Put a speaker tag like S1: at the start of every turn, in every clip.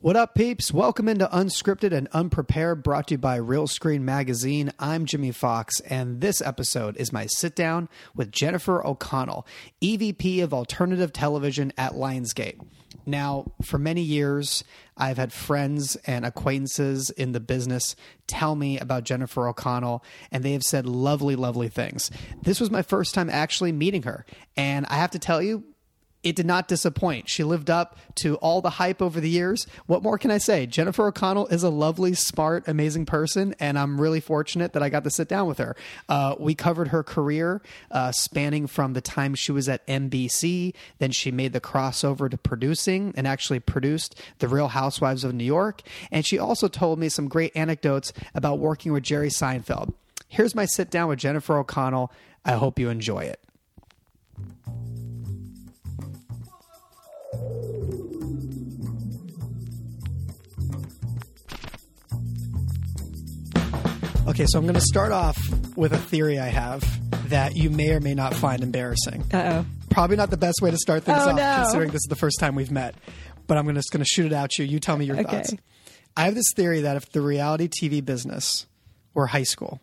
S1: What up, peeps? Welcome into Unscripted and Unprepared, brought to you by Real Screen Magazine. I'm Jimmy Fox, and this episode is my sit down with Jennifer O'Connell, EVP of Alternative Television at Lionsgate. Now, for many years, I've had friends and acquaintances in the business tell me about Jennifer O'Connell, and they have said lovely, lovely things. This was my first time actually meeting her, and I have to tell you, it did not disappoint. She lived up to all the hype over the years. What more can I say? Jennifer O'Connell is a lovely, smart, amazing person, and I'm really fortunate that I got to sit down with her. Uh, we covered her career uh, spanning from the time she was at NBC, then she made the crossover to producing and actually produced The Real Housewives of New York. And she also told me some great anecdotes about working with Jerry Seinfeld. Here's my sit down with Jennifer O'Connell. I hope you enjoy it. Okay, so I'm going to start off with a theory I have that you may or may not find embarrassing.
S2: Uh oh.
S1: Probably not the best way to start things
S2: Oh,
S1: off,
S2: no.
S1: considering this is the first time we've met. But I'm gonna- just going to shoot it out you. You tell me your
S2: Okay.
S1: thoughts. I have this theory that if the reality TV business were high school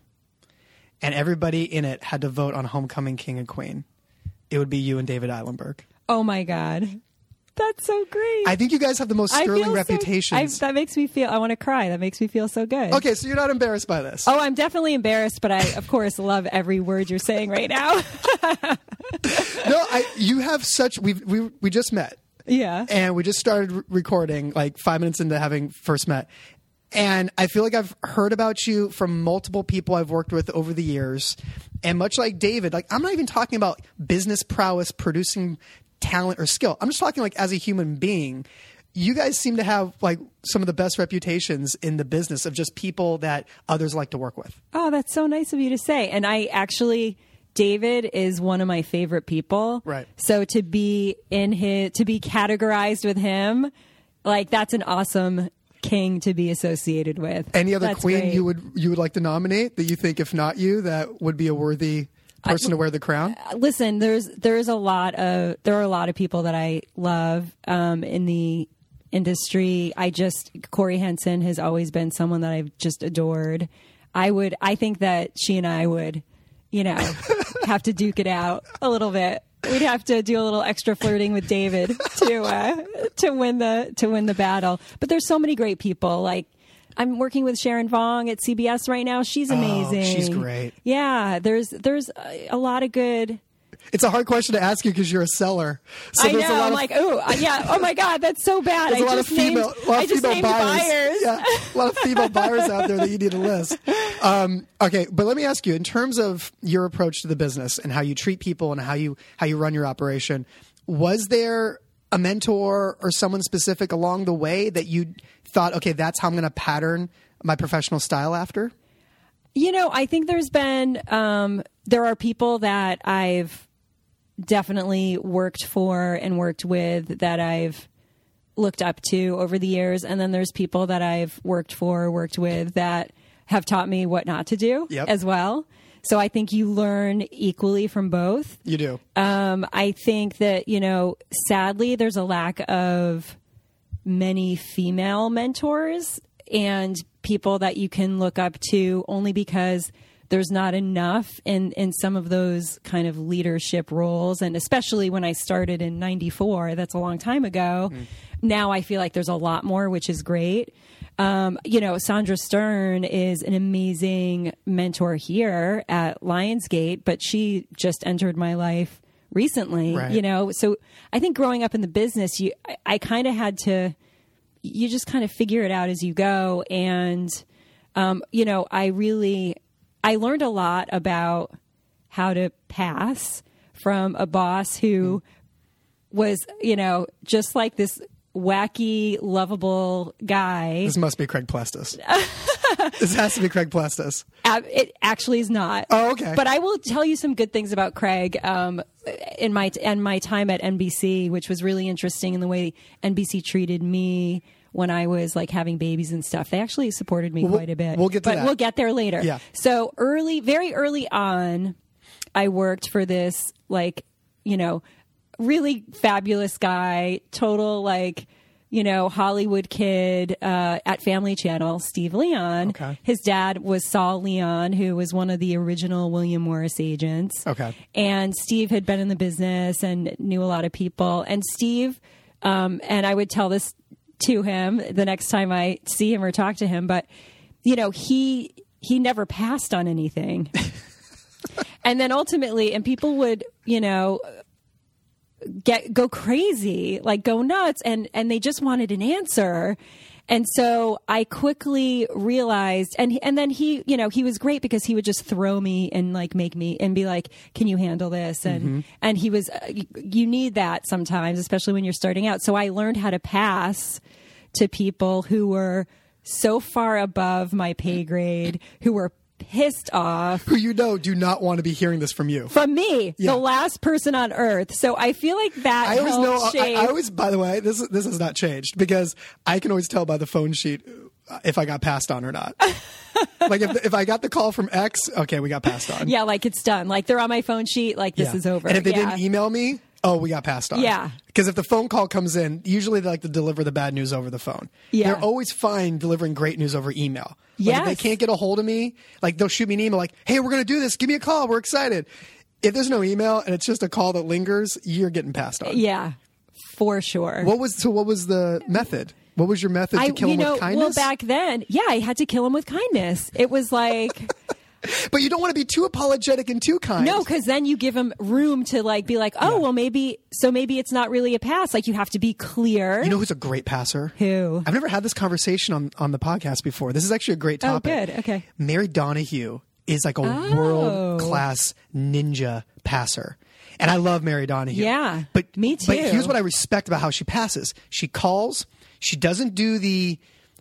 S1: and everybody in it had to vote on Homecoming King and Queen, it would be you and David Eilenberg.
S2: Oh my God. That's so great.
S1: I think you guys have the most
S2: I
S1: sterling
S2: feel so-
S1: reputations.
S2: I, that makes me feel, I want to cry. That makes me feel so good.
S1: okay, so you're not embarrassed by this.
S2: Oh, I'm definitely embarrassed, but I, of course, love every word you're saying right now.
S1: No, I, you have such. We've, we we just met.
S2: yeah.
S1: and we just started re- recording like five minutes into having first met and i feel like i've heard about you from multiple people i've worked with over the years and much like david like i'm not even talking about business prowess producing talent or skill i'm just talking like as a human being you guys seem to have like some of the best reputations in the business of just people that others like to work with
S2: Oh, that's so nice of you to say. And I actually, David is one of my favorite people.
S1: Right.
S2: So to be in his, to be categorized with him, like that's an awesome king to be associated with.
S1: any other
S2: That's
S1: queen
S2: great.
S1: you would you would like to nominate that you think if not you that would be a worthy person to wear the crown
S2: listen, there's there's a lot of there are a lot of people that I love um, in the industry. I just Corey Henson has always been someone that I've just adored. I would I think that she and I would, you know, have to duke it out a little bit. We'd have to do a little extra flirting with David to uh, to win the to win the battle. But there's so many great people like. I'm working with Sharon Vong at CBS right now. She's amazing.
S1: Oh, she's great.
S2: Yeah, there's there's a, a lot of good.
S1: It's a hard question to ask you because you're a seller. So
S2: I
S1: there's
S2: know.
S1: a lot
S2: I'm
S1: of,
S2: like, oh yeah, oh my god, that's so bad.
S1: there's
S2: I
S1: a lot of
S2: just
S1: female,
S2: named,
S1: a lot
S2: I
S1: of
S2: just
S1: female
S2: named
S1: buyers.
S2: buyers.
S1: Yeah, a lot of female buyers out there that you need to list. Um, okay, but let me ask you in terms of your approach to the business and how you treat people and how you how you run your operation. Was there a mentor or someone specific along the way that you thought, okay, that's how I'm going to pattern my professional style after?
S2: You know, I think there's been um, there are people that I've definitely worked for and worked with that I've looked up to over the years, and then there's people that I've worked for, worked with that have taught me what not to do
S1: Yep.
S2: as well. So I think you learn equally from both.
S1: You do.
S2: Um, I think that, you know, sadly, there's a lack of many female mentors and people that you can look up to only because there's not enough in, in some of those kind of leadership roles. And especially when I started in 94, that's a long time ago. Now I feel like there's a lot more, which is great. Um, you know, Sandra Stern is an amazing mentor here at Lionsgate, but she just entered my life recently,
S1: Right.
S2: you know? So I think growing up in the business, you, I, I kind of had to, you just kind of figure it out as you go. And, um, you know, I really, I learned a lot about how to pass from a boss who was, you know, just like this wacky, lovable guy.
S1: This must be Craig Plastis. this has to be Craig Plastis.
S2: Ab- It actually is not.
S1: Oh, okay.
S2: But I will tell you some good things about Craig um, in my and my time at NBC, which was really interesting in the way NBC treated me when I was like having babies and stuff. They actually supported me quite a bit.
S1: we'll get to
S2: but
S1: that.
S2: we'll get there later.
S1: Yeah.
S2: So early, very early on, I worked for this like you know really fabulous guy, total like you know, Hollywood kid uh, at Family Channel, Steve Leon.
S1: Okay.
S2: His dad was Saul Leon, who was one of the original William Morris agents.
S1: Okay.
S2: And Steve had been in the business and knew a lot of people. And Steve, um, and I would tell this to him the next time I see him or talk to him, but you know, he he never passed on anything. and then ultimately, and people would, you know, get go crazy, like go nuts, and and they just wanted an answer. And so I quickly realized, and and then he, you know, he was great because he would just throw me and like make me and be like, "Can you handle this?" And
S1: Mm-hmm.
S2: and he was, uh, you, you need that sometimes, especially when you're starting out. So I learned how to pass to people who were so far above my pay grade, who were pissed off
S1: Who you know do not want to be hearing this from you.
S2: from me, the last person on earth. So I feel like that
S1: I always
S2: helped
S1: know. I,
S2: shape.
S1: I always, by the way, this this has not changed because I can always tell by the phone sheet uh, if I got passed on or not. like if if I got the call from X, okay, we got passed on.
S2: yeah, like it's done. Like they're on my phone sheet. Like this
S1: Yeah.
S2: is over.
S1: And if they
S2: yeah.
S1: didn't email me, oh, we got passed on.
S2: Yeah.
S1: Because if the phone call comes in, usually they like to deliver the bad news over the phone.
S2: Yeah.
S1: They're always fine delivering great news over email. Like If they
S2: Yes.
S1: can't get a hold of me, like they'll shoot me an email like, hey, we're going to do this. Give me a call. We're excited. If there's no email and it's just a call that lingers, you're getting passed on.
S2: yeah, for sure.
S1: What was so? What was the method? What was your method to
S2: I,
S1: kill
S2: you
S1: him
S2: know,
S1: with kindness?
S2: well, back then, yeah, I had to kill him with kindness. It was like,
S1: but you don't want to be too apologetic and too kind.
S2: no, because then you give him room to like be like, oh, well, maybe, so maybe it's not really a pass. Like you have to be clear.
S1: You know who's a great passer?
S2: Who?
S1: I've never had this conversation on, on the podcast before. This is actually a great topic.
S2: Oh, good. Okay. Oh.
S1: Mary Donahue is like a world class ninja passer. And I love Mary Donahue.
S2: Yeah.
S1: But
S2: Me
S1: But
S2: too.
S1: here's what I respect about how she passes. She calls, she doesn't do the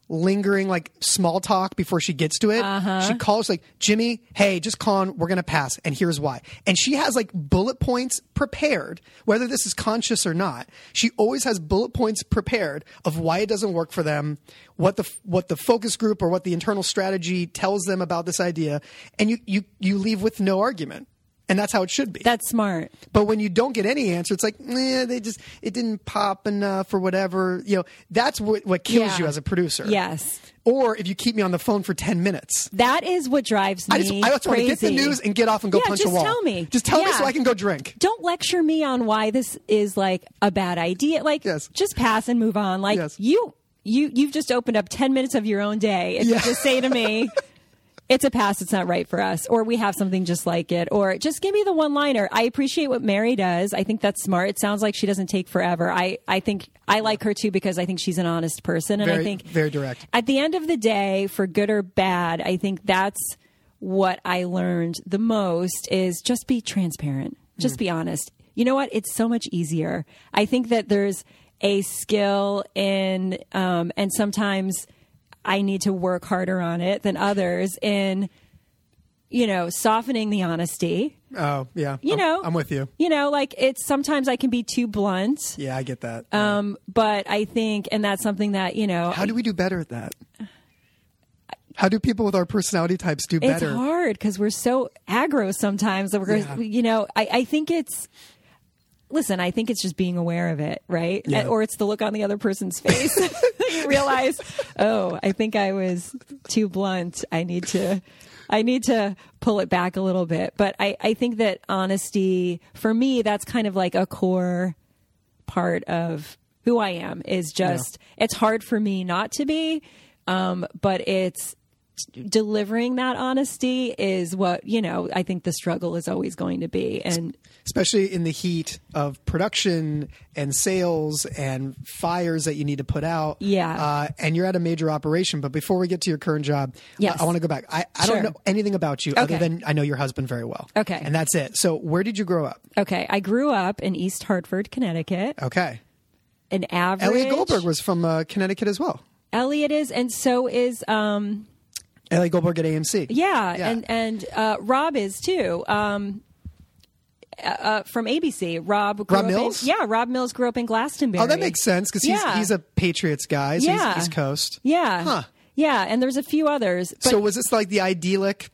S1: lingering like small talk before she gets to it. She calls like, Jimmy, hey, just call on, we're gonna pass, and here's why. And she has like bullet points prepared, whether this is conscious or not. She always has bullet points prepared of why it doesn't work for them, what the what the focus group or what the internal strategy tells them about this idea, and you you you leave with no argument. And that's how it should be.
S2: That's smart.
S1: But when you don't get any answer, it's like, eh, they just it didn't pop enough or whatever. You know, that's what what kills
S2: Yeah.
S1: you as a producer.
S2: Yes.
S1: Or if you keep me on the phone for ten minutes.
S2: That is what drives me
S1: I just I just want to
S2: crazy.
S1: get the news and get off and go
S2: Yeah,
S1: punch
S2: just
S1: a wall.
S2: tell me.
S1: Just tell me
S2: Yeah.
S1: so I can go drink.
S2: don't lecture me on why this is like a bad idea. Like,
S1: Yes.
S2: just pass and move on. Like
S1: Yes.
S2: you, you, you've just opened up ten minutes of your own day. If
S1: Yeah.
S2: you just say to me, "It's a pass. It's not right for us," or "We have something just like it," or just give me the one liner. I appreciate what Mary does. I think that's smart. It sounds like she doesn't take forever. I, I think I like her too because I think she's an honest person, and
S1: Very-
S2: I think
S1: very direct.
S2: At the end of the day, for good or bad, I think that's what I learned the most is just be transparent. Just be honest. You know what? It's so much easier. I think that there's a skill in, um, and sometimes I need to work harder on it than others in, you know, softening the honesty.
S1: Oh yeah.
S2: You
S1: I'm-
S2: know,
S1: I'm with you.
S2: You know, like it's sometimes I can be too blunt,
S1: Yeah, I get that.
S2: um, but I think, and that's something that you know,
S1: How do we do better at that? How do people with our personality types do
S2: it's
S1: better?
S2: hard because we're so aggro sometimes that we're
S1: Yeah.
S2: you know I, I think it's listen i think it's just being aware of it right
S1: Yeah.
S2: or it's the look on the other person's face you realize oh i think i was too blunt i need to i need to pull it back a little bit but i, I think that honesty for me that's kind of like a core part of who I am is just it's hard for me not to be um but it's delivering that honesty is what you know I think the struggle is always going to be and
S1: especially in the heat of production and sales and fires that you need to put out.
S2: Yeah.
S1: Uh, and you're at a major operation. But before we get to your current job,
S2: Yes.
S1: I, want to go back. I, I
S2: Sure.
S1: don't know anything about you other
S2: Okay.
S1: than I know your husband very well.
S2: Okay.
S1: And that's it. So where did you grow up?
S2: okay I grew up in East Hartford Connecticut
S1: Okay.
S2: an average
S1: Elliot Goldberg was from uh, Connecticut as well.
S2: Elliot is and so is um
S1: Elliot Goldberg at AMC.
S2: yeah,
S1: Yeah.
S2: and and uh Rob is too um uh, uh, from ABC, Rob grew
S1: Rob
S2: up in-
S1: Mills?
S2: yeah, Rob Mills grew up in Glastonbury.
S1: Oh, that makes sense because he's,
S2: Yeah.
S1: he's a Patriots guy. So
S2: Yeah.
S1: he's East Coast.
S2: Yeah.
S1: Huh.
S2: Yeah, and there's a few others. But
S1: so was this like the idyllic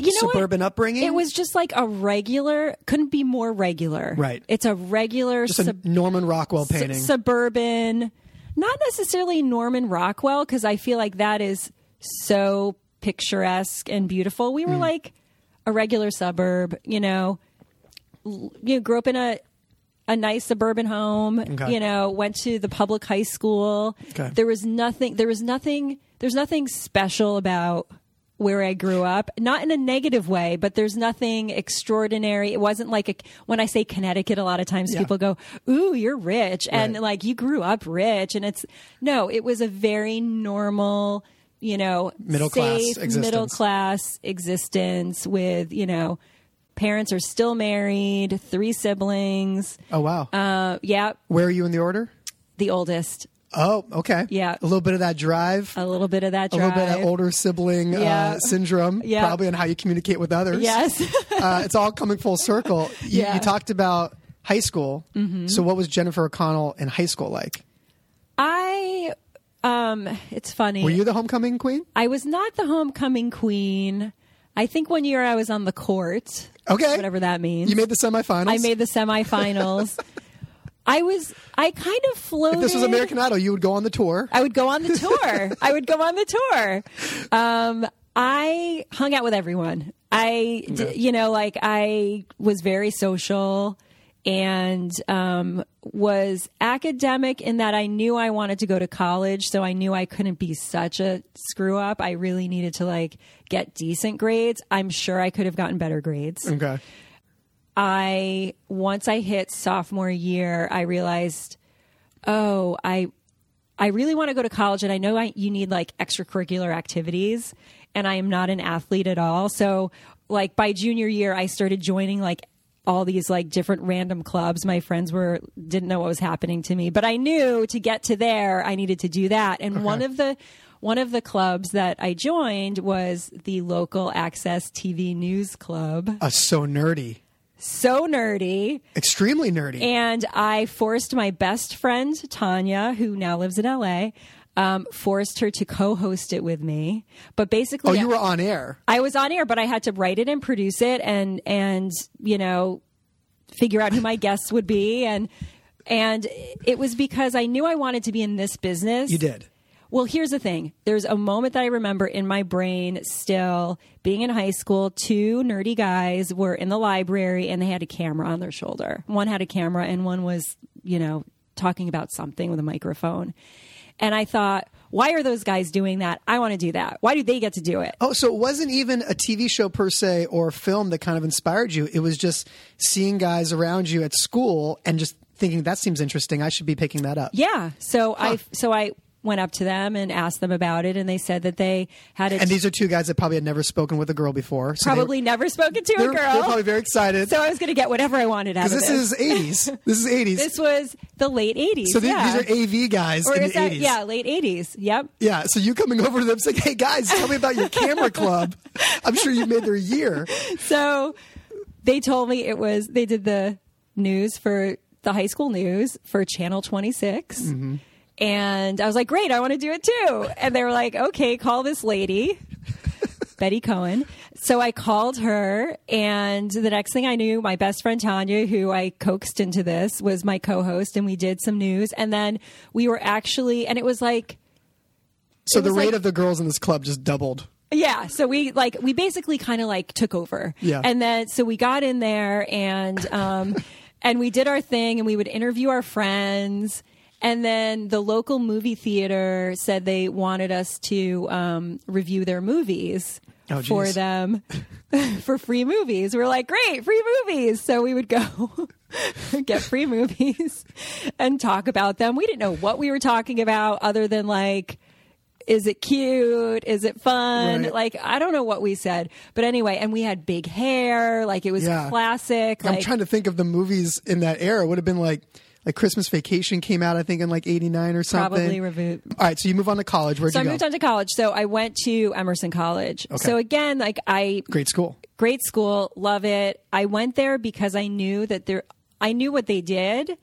S2: you know what?
S1: suburban upbringing?
S2: It was just like a regular, couldn't be more regular.
S1: Right.
S2: It's a regular
S1: just a
S2: sub-
S1: Norman Rockwell
S2: su-
S1: painting.
S2: suburban. not necessarily Norman Rockwell, because I feel like that is so picturesque and beautiful. We were
S1: Mm.
S2: like a regular suburb, you know, L- you know, grew up in a a nice suburban home,
S1: Okay.
S2: you know, went to the public high school.
S1: Okay.
S2: There was nothing there was nothing there's nothing special about where I grew up, not in a negative way, but there's nothing extraordinary. It wasn't like a, when I say Connecticut, a lot of times
S1: Yeah.
S2: people go, "Ooh, you're rich," and
S1: Right.
S2: like you grew up rich, and it's no, it was a very normal, you know,
S1: Middle class
S2: safe,
S1: existence.
S2: middle class existence with you know, parents are still married, three siblings.
S1: Oh wow.
S2: Uh, yeah,
S1: Where are you in the order?
S2: the oldest,
S1: Oh, okay.
S2: Yeah.
S1: A little bit of that drive,
S2: a little bit of that
S1: a
S2: drive.
S1: little bit of that older sibling
S2: Yeah.
S1: uh, syndrome,
S2: Yeah.
S1: probably on how you communicate with others.
S2: Yes.
S1: uh, it's all coming full circle. You,
S2: Yeah. Mm-hmm.
S1: you talked about high school. So, what was Jennifer O'Connell in high school like?
S2: I um it's funny.
S1: Were you the homecoming queen?
S2: I was not the homecoming queen. I think one year I was on the court.
S1: Okay.
S2: Whatever that means.
S1: You made the semifinals.
S2: I made the semifinals. I was I kind of floated
S1: If this was American Idol, you would go on the tour.
S2: I would go on the tour. I would go on the tour. Um, I hung out with everyone. I, d- you know, like I was very social and um, was academic in that I knew I wanted to go to college. So I knew I couldn't be such a screw up. I really needed to like get decent grades. I'm sure I could have gotten better grades.
S1: Okay.
S2: I once I hit sophomore year, I realized, oh, I I really want to go to college, and I know I, you need like extracurricular activities, and I am not an athlete at all. So, like by junior year, I started joining like all these like different random clubs. My friends were didn't know what was happening to me, but I knew to get to there, I needed to do that. And one of the one of the clubs that I joined was the local access TV news club
S1: Uh, so nerdy.
S2: so nerdy.
S1: Extremely nerdy.
S2: And I forced my best friend, Tanya, who now lives in LA, um, forced her to co host it with me. But basically,
S1: oh, you were on air.
S2: I was on air, but I had to write it and produce it and, and, you know, figure out who my guests would be. And, and it was because I knew I wanted to be in this business.
S1: You did.
S2: Well, here's the thing. There's a moment that I remember in my brain still being in high school. Two nerdy guys were in the library and they had a camera on their shoulder. One had a camera and one was, you know, talking about something with a microphone. And I thought, why are those guys doing that? I want to do that. Why do they get to do it?
S1: Oh, so it wasn't even a TV show per se or a film that kind of inspired you. It was just seeing guys around you at school and just thinking that seems interesting. I should be picking that up.
S2: Yeah. So I so I went up to them and asked them about it and they said that they had a
S1: And these are two guys that probably had never spoken with a girl before. So they-
S2: probably never spoken to a
S1: they're,
S2: girl.
S1: they're probably very excited.
S2: so I was going to get whatever I wanted out of
S1: this is 80s. This is 80s.
S2: This was the late 80s.
S1: so the-
S2: yeah.
S1: these are AV guys
S2: or
S1: in the
S2: is that
S1: 80s.
S2: yeah, late 80s. Yep.
S1: Yeah, so you coming over to them saying, "Hey guys, tell me about your camera club." I'm sure you made their year.
S2: So they told me it was they did the news for the high school news for channel 26.
S1: Mm-hmm.
S2: And I was like, "Great, I want to do it too." And they were like, "Okay, call this lady." Betty Cohen. So I called her, and the next thing I knew, my best friend Tanya, who I coaxed into this, was my co host, and we did some news. And then we were actually, and it was like
S1: So
S2: It
S1: the
S2: was
S1: rate
S2: like-
S1: of the girls in this club just doubled.
S2: Yeah, so we like we basically kind of like took over.
S1: Yeah.
S2: and then so we got in there and um, and we did our thing and we would interview our friends and then the local movie theater said they wanted us to um, review their movies
S1: Oh,
S2: for
S1: geez.
S2: them for free movies. We were like, great, free movies. So we would go get free movies and talk about them. We didn't know what we were talking about other than like, is it cute? Is it fun?
S1: Right.
S2: Like, I don't know what we said. But anyway, and we had big hair. Like, it was
S1: Yeah.
S2: classic.
S1: I'm
S2: like,
S1: trying to think of the movies in that era. It would have been like like Christmas Vacation came out I think in like 89 or something.
S2: Probably review-
S1: All right, so you move on to college. Where'd
S2: so I
S1: you go?
S2: moved on to college. So I went to Emerson College. So again, like, I
S1: Great school.
S2: great school, love it. I went there because I knew that there I knew what they did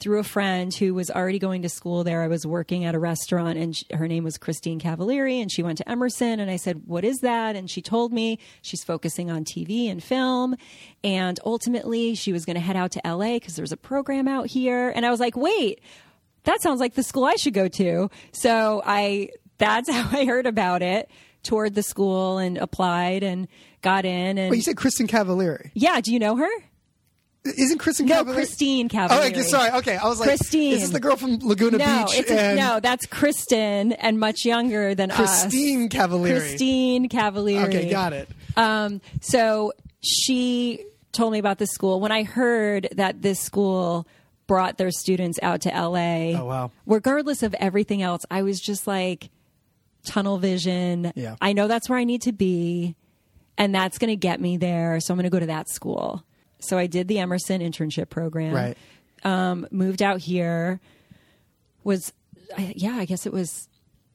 S2: through a friend who was already going to school there. I was working at a restaurant and sh her name was Christine Cavalieri and she went to Emerson and I said, "What is that?" and she told me she's focusing on TV and film and ultimately she was going to head out to LA cuz there was a program out here and I was like, "Wait, that sounds like the school I should go to. So I that's how I heard about it. Toured the school and applied and got in. And
S1: But you said Kristen Cavallari.
S2: yeah, do you know her?
S1: Isn't Kristen
S2: No,
S1: Cavallari?
S2: Christine Cavallari.
S1: Oh, okay, sorry. Okay, I was like,
S2: Christine.
S1: Is this the girl from Laguna
S2: No,
S1: Beach?
S2: it's
S1: and
S2: no. That's Kristen, and much younger than us.
S1: Christine Cavallari.
S2: Christine Cavalieri.
S1: Okay, got it.
S2: Um, so she told me about this school. When I heard that this school brought their students out to LA,
S1: Oh, wow.
S2: regardless of everything else, I was just like tunnel vision.
S1: Yeah.
S2: I know that's where I need to be, and that's going to get me there. So I'm going to go to that school. So I did the Emerson internship program.
S1: Right.
S2: Um, moved out here. Was I, yeah, I guess it was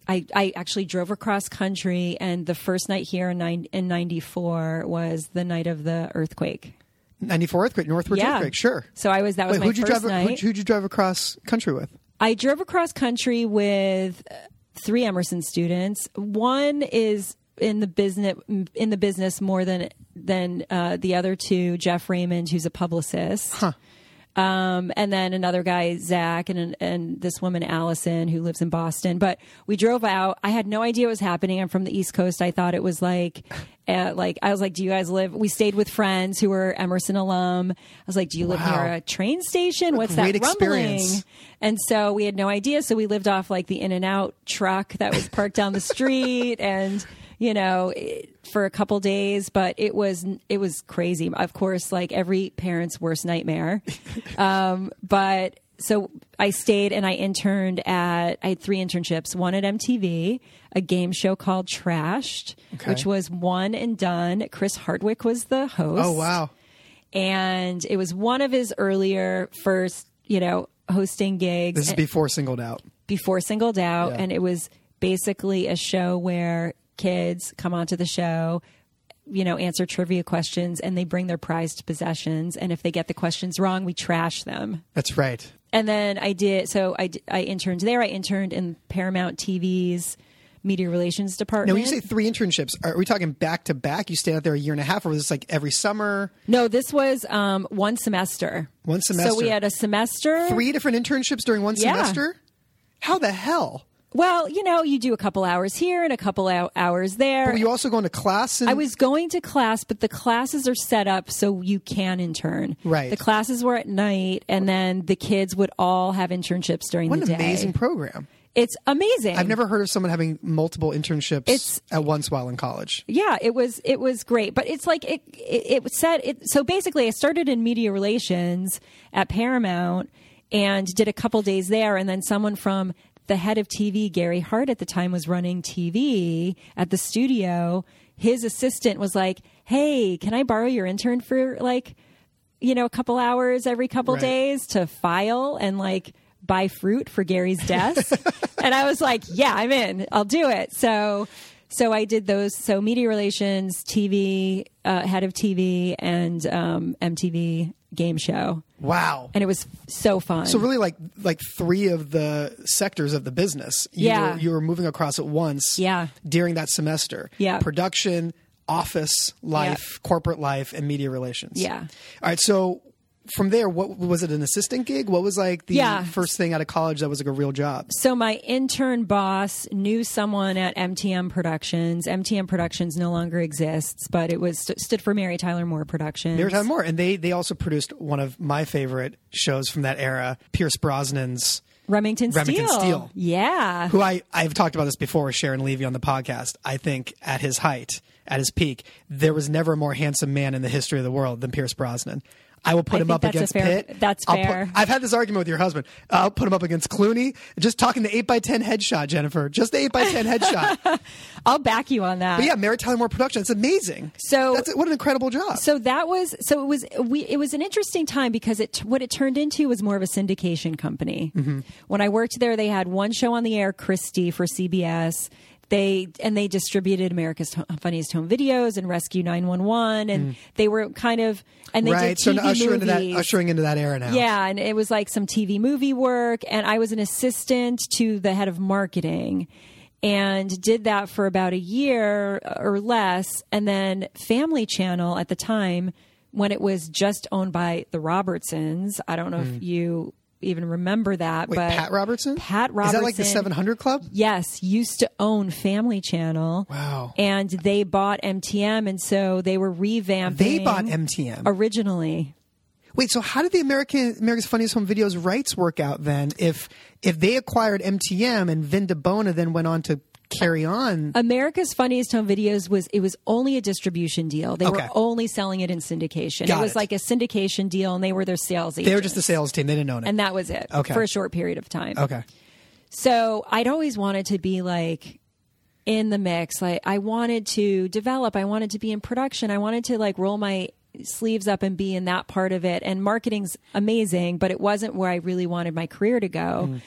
S2: I, I actually drove across country, and the first night here in, nine, in 94 was the night of the earthquake.
S1: 94 earthquake, Northridge
S2: Yeah.
S1: earthquake, sure.
S2: So I was, that was
S1: Wait,
S2: my
S1: who'd you,
S2: first
S1: drive,
S2: night.
S1: who'd, who'd you drive across country with?
S2: I drove across country with uh, three Emerson students. One is in the business in the business more than than uh, the other two. Jeff Raymond, who's a publicist, um, and then another guy, Zach, and and this woman, Allison, who lives in Boston. But we drove out. I had no idea what was happening. I'm from the East Coast. I thought it was like, uh, like I was like, "Do you guys live?" We stayed with friends who were Emerson alum. I was like, "Do you live
S1: Wow.
S2: near a train station? What's that
S1: great
S2: rumbling?"
S1: experience.
S2: And so we had no idea. So we lived off like the In and Out truck that was parked down the street, and you know, it, for a couple days. But it was it was crazy. Of course, like every parent's worst nightmare. um, but so I stayed and I interned at I had three internships. One at MTV, a game show called Trashed,
S1: Okay.
S2: which was one and done. Chris Hardwick was the host
S1: Oh, wow.
S2: and it was one of his earlier first, you know, hosting gigs
S1: This is before singled out.
S2: before Singled Out,
S1: Yeah.
S2: and it was basically a show where kids come onto the show, you know, answer trivia questions, and they bring their prized possessions, and if they get the questions wrong, we trash them.
S1: That's right.
S2: And then I did, so I, d- I interned there. I interned in Paramount TV's media relations department.
S1: Now, when you say three internships, are we talking back to back? You stayed out there a year and a half, or was this like every summer?
S2: no, this was um, one semester.
S1: One
S2: So we
S1: semester.
S2: had a semester.
S1: Three different internships during one
S2: Yeah.
S1: semester? How the hell?
S2: Well, you know, you do a couple hours here and a couple hou- hours there.
S1: Were you also going to class? And,
S2: I was going to class, but the classes are set up so you can intern.
S1: Right.
S2: The classes were at night, and then the kids would all have internships during
S1: what
S2: the
S1: an
S2: day.
S1: amazing program.
S2: It's amazing.
S1: I've never heard of someone having multiple internships
S2: It's-
S1: at once while in college.
S2: yeah, it was it was great, but it's like it it, it said it. So basically, I started in media relations at Paramount and did a couple days there, and then someone from the head of TV, Gary Hart, at the time was running TV at the studio. His assistant was like, "Hey, can I borrow your intern for like, you know, a couple hours every couple
S1: Right.
S2: days to file and like." buy fruit for Gary's desk. and I was like, yeah, I'm in. I'll do it. So so I did those. So media relations, TV, uh, head of TV, and um, MTV game show,
S1: Wow.
S2: and it was f- so fun.
S1: So really, like like three of the sectors of the business. You
S2: Yeah.
S1: were, you were moving across at once.
S2: Yeah.
S1: during that semester.
S2: Yeah.
S1: production, office life, corporate life, and media relations.
S2: Yeah.
S1: All right. So from there, what was it? An assistant gig? What was like the
S2: Yeah.
S1: first thing out of college that was like a real job?
S2: so my intern boss knew someone at MTM Productions. MTM Productions no longer exists, but it was st- stood for Mary Tyler Moore Productions.
S1: Every time more, and they they also produced one of my favorite shows from that era, Pierce Brosnan's.
S2: Remington,
S1: Remington
S2: Steele.
S1: Steele.
S2: Yeah.
S1: who I, I've talked about this before with Sharon Levy on the podcast. I think at his height, at his peak, there was never a more handsome man in the history of the world than Pierce Brosnan. I will put
S2: I
S1: him
S2: think
S1: up
S2: that's a
S1: against
S2: fair-
S1: Pitt.
S2: that's
S1: I'll put-
S2: fair.
S1: I've had this argument with your husband. I'll put him up against Clooney. Just talking the 8 by 10 headshot, Jennifer. Just the 8 by 10 headshot. But
S2: I'll back you on that.
S1: yeah, Mary Tyler Moore production. It's amazing.
S2: So-
S1: That's, what an incredible job.
S2: So that was so it was we it was an interesting time because it what it turned into was more of a syndication company.
S1: Mm-hmm.
S2: When I worked there, they had one show on the air, Christie for CBS. They and they distributed America's Ho- Funniest Home Videos and Rescue 911, and they were kind of and they
S1: Mm. right.
S2: did TV
S1: So usher into
S2: movies.
S1: that, ushering into that era now.
S2: Yeah, and it was like some TV movie work, and I was an assistant to the head of marketing and did that for about a year or less. And then Family Channel at the time, when it was just owned by the Robertsons, I don't know if you even remember that.
S1: Hmm. Wait,
S2: but
S1: Pat Robertson?
S2: Pat
S1: Is that like the
S2: Robertson-
S1: 700 Club?
S2: yes, used to own Family Channel.
S1: Wow.
S2: And they bought MTM, and so they were revamping.
S1: They bought MTM.
S2: originally.
S1: Wait, so how did the American America's Funniest Home Videos rights work out then? If if they acquired MTM and Vin DeBona then went on to carry on,
S2: America's Funniest Home Videos was it was only a distribution deal. They
S1: Okay.
S2: were only selling it in syndication.
S1: Got
S2: it was
S1: it.
S2: like a syndication deal, and they were their sales agent.
S1: they were just the sales team. They didn't own it.
S2: and that was it
S1: Okay.
S2: for a short period of time.
S1: okay,
S2: So I'd always wanted to be like in the mix. Like I wanted to develop. I wanted to be in production. I wanted to like roll my sleeves up and be in that part of it. And marketing's amazing, but it wasn't where I really wanted my career to go.
S1: Mm.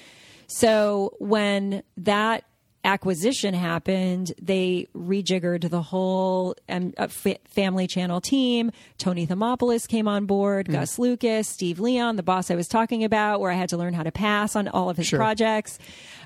S2: So when that acquisition happened, they rejiggered the whole um, uh, fa- Family Channel team. Tony Thomopoulos came on board, Gus Lucas, Steve Leon, the boss I was talking about, where I had to learn how to pass on all of his
S1: Sure.
S2: projects.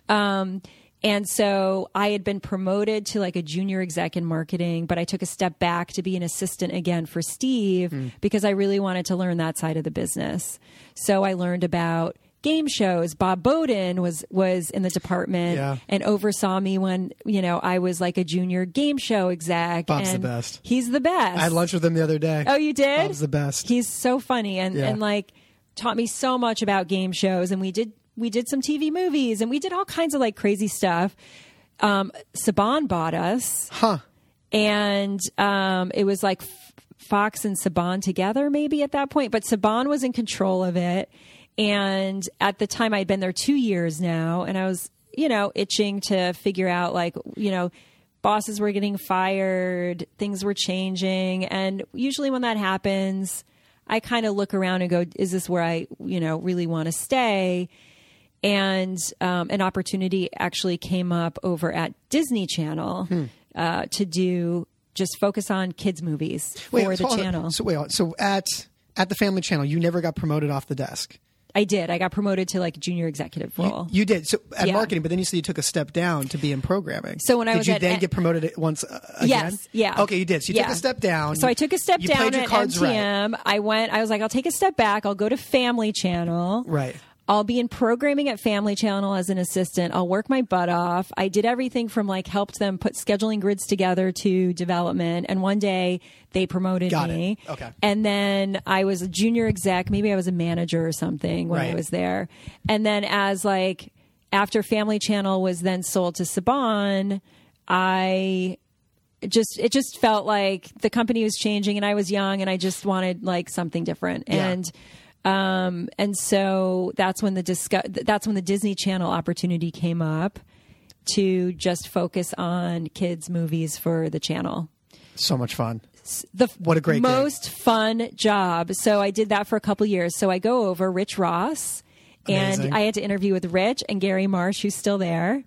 S2: Um, and so I had been promoted to like a junior exec in marketing, but I took a step back to be an assistant again for Steve because I really wanted to learn that side of the business. So I learned about game shows. Bob Bowden was was in the department
S1: Yeah.
S2: and oversaw me when, you know, I was like a junior game show exec.
S1: Bob's the
S2: and
S1: best.
S2: He's the best.
S1: I had lunch with them the other day.
S2: Oh, you did?
S1: Bob's the best.
S2: He's so funny and,
S1: Yeah.
S2: and like taught me so much about game shows and we did we did some TV movies and we did all kinds of like crazy stuff. Um Saban bought us
S1: huh?
S2: and um it was like F- Fox and Saban together maybe at that point, but Saban was in control of it and at the time I'd been there 2 years now and I was, you know, itching to figure out like, you know, bosses were getting fired, things were changing, and usually when that happens, I kind of look around and go, is this where I, you know, really want to stay? And um, an opportunity actually came up over at Disney Channel
S1: Hmm.
S2: uh, to do just focus on kids movies for the
S1: hold on.
S2: channel.
S1: So wait, hold on. so at at the Family Channel, you never got promoted off the desk.
S2: I did. I got promoted to like junior executive role.
S1: You did so at
S2: Yeah.
S1: marketing, but then you said you took a step down to be in programming.
S2: So when I
S1: did
S2: was
S1: you
S2: at-
S1: then get promoted at once uh, again?
S2: Yes. Yeah.
S1: Okay, you did. So you took
S2: Yeah.
S1: a step down.
S2: So I took a step
S1: you
S2: down
S1: played your
S2: at
S1: cards right.
S2: MTM. I went. I was like, I'll take a step back. I'll go to Family Channel.
S1: Right.
S2: I'll be in programming at Family Channel as an assistant. I'll work my butt off. I did everything from like helped them put scheduling grids together to development. And one day they promoted
S1: Got it.
S2: me.
S1: Okay.
S2: And then I was a junior exec. Maybe I was a manager or something when
S1: Right.
S2: I was there. And then as like after Family Channel was then sold to Saban, I it just it just felt like the company was changing and I was young and I just wanted like something different
S1: Yeah.
S2: and um and so that's when the discuss- that's when the Disney Channel opportunity came up to just focus on kids movies for the channel
S1: So much fun.
S2: the
S1: What a great gig.
S2: most fun job. So I did that for a couple years. So I go over Rich Ross,
S1: Amazing.
S2: and I had to interview with Rich and Gary Marsh, who's still there.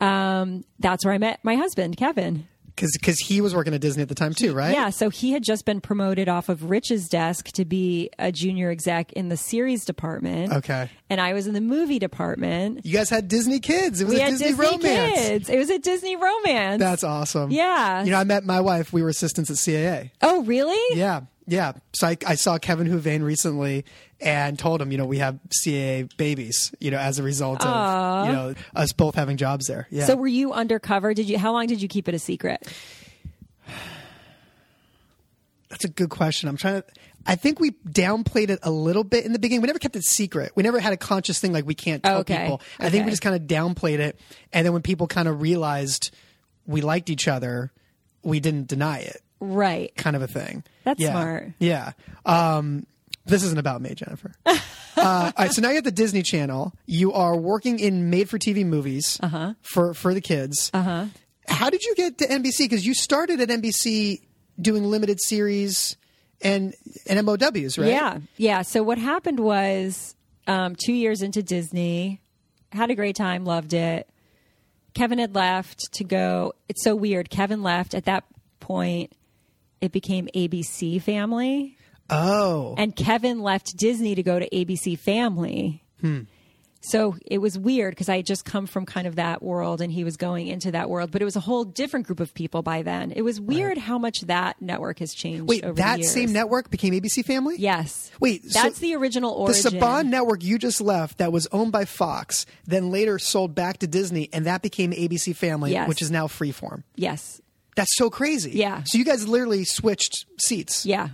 S2: Um, that's where I met my husband, Kevin.
S1: because he was working at Disney at the time too, right?
S2: Yeah, so he had just been promoted off of Rich's desk to be a junior exec in the series department.
S1: Okay.
S2: and I was in the movie department.
S1: You guys had Disney kids. It was
S2: We
S1: a
S2: had
S1: Disney,
S2: Disney
S1: romance.
S2: kids. It was a Disney romance.
S1: That's awesome.
S2: Yeah.
S1: You know, I met my wife. We were assistants at CAA.
S2: oh, really?
S1: Yeah. Yeah. So I, I saw Kevin Houvain recently and told him, you know, we have CAA babies, you know, as a result of, you know, us both having jobs there. Yeah.
S2: So were you undercover? Did you? How long did you keep it a secret?
S1: That's a good question. I'm trying to. I think we downplayed it a little bit in the beginning. We never kept it secret. We never had a conscious thing like we can't tell
S2: Okay.
S1: people. I think we
S2: Okay.
S1: just kind of downplayed it, and then when people kind of realized we liked each other, we didn't deny it,
S2: Right.
S1: kind of a thing.
S2: That's
S1: Yeah.
S2: smart.
S1: Yeah. Um, this isn't about me, Jennifer. uh, all right. So now you're at the Disney Channel. You are working in made-for-TV movies
S2: Uh-huh.
S1: for for the kids. Uh huh. How did you get to NBC? Because you started at NBC doing limited series and and MOWs, right?
S2: Yeah. Yeah. So what happened was um, two years into Disney, had a great time, loved it. Kevin had left to go. It's so weird. Kevin left at that point. It became ABC Family,
S1: Oh, Hmm.
S2: and Kevin left Disney to go to ABC Family. So it was weird because I had just come from kind of that world and he was going into that world, but it was a whole different group of people by then. It was weird how much that network has changed
S1: Wait,
S2: over
S1: that
S2: the years.
S1: same network became ABC Family?
S2: Yes.
S1: Wait, so
S2: That's the original
S1: The
S2: origin.
S1: Saban network you just left that was owned by Fox, then later sold back to Disney, and that became ABC Family,
S2: Yes.
S1: which is now Freeform.
S2: Yes.
S1: That's so crazy.
S2: Yeah.
S1: So you guys literally switched seats.
S2: Yeah.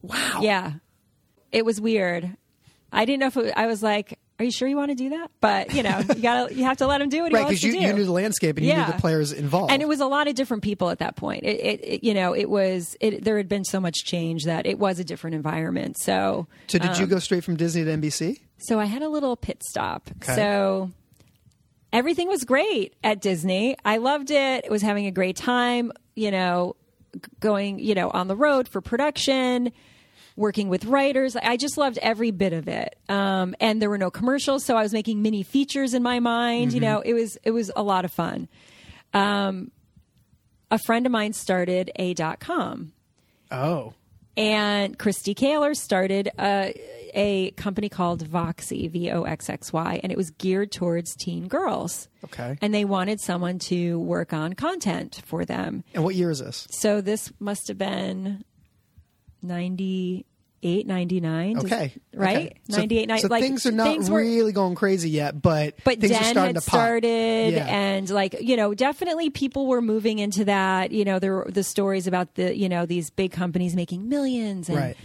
S1: Wow.
S2: Yeah. It was weird. I didn't know if it, I was like, are you sure you want to do that? But, you know, you got to you have to let him do what he
S1: Right, because
S2: wants to
S1: you,
S2: do.
S1: you knew the landscape and you knew the players involved.
S2: And it was a lot of different people at that point. It, it, it you know, it was it, there had been so much change that it was a different environment. So
S1: so did
S2: Um,
S1: you go straight from Disney to NBC?
S2: so I had a little pit stop. So everything was great at Disney. I loved it. It was having a great time, you know, g- going, you know, on the road for production, working with writers. I just loved every bit of it. Um, and there were no commercials, so I was making mini features in my mind, you know, it was it was a lot of fun. Um, a friend of mine started a dot com
S1: Oh.
S2: and Christy Kaler started a, a company called Voxy, V O X X Y, and it was geared towards teen girls.
S1: Okay.
S2: And they wanted someone to work on content for them.
S1: And what year is this?
S2: So this must have been 98, 99. does-
S1: Okay.
S2: Right?
S1: Okay. So-
S2: 98,
S1: So,
S2: like
S1: things are not
S2: things were-
S1: really going crazy yet, but,
S2: but
S1: things
S2: Den
S1: are starting
S2: had
S1: to pop.
S2: started,
S1: Yeah.
S2: and like you know, definitely people were moving into that. You know, there were the stories about the you know these big companies making millions and
S1: Right.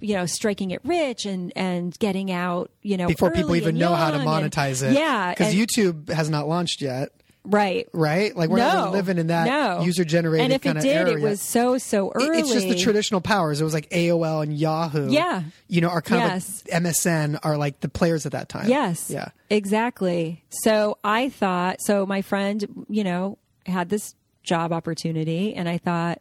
S2: you know striking it rich and and getting out you know
S1: before people
S2: early
S1: even
S2: and
S1: know how to
S2: young and-
S1: monetize it.
S2: Yeah,
S1: Because
S2: and-
S1: YouTube has not launched yet.
S2: right.
S1: right? Like we're not
S2: no,
S1: really living in that
S2: no.
S1: user generated
S2: And if
S1: kind
S2: it
S1: of
S2: did,
S1: area.
S2: it was so so
S1: It-
S2: early.
S1: It's just the traditional powers. It was like AOL and Yahoo.
S2: Yeah.
S1: you know, are kind
S2: Yes.
S1: of like MSN are like the players at that time.
S2: Yes.
S1: yeah.
S2: Exactly. So I thought, so my friend, you know, had this job opportunity, and I thought,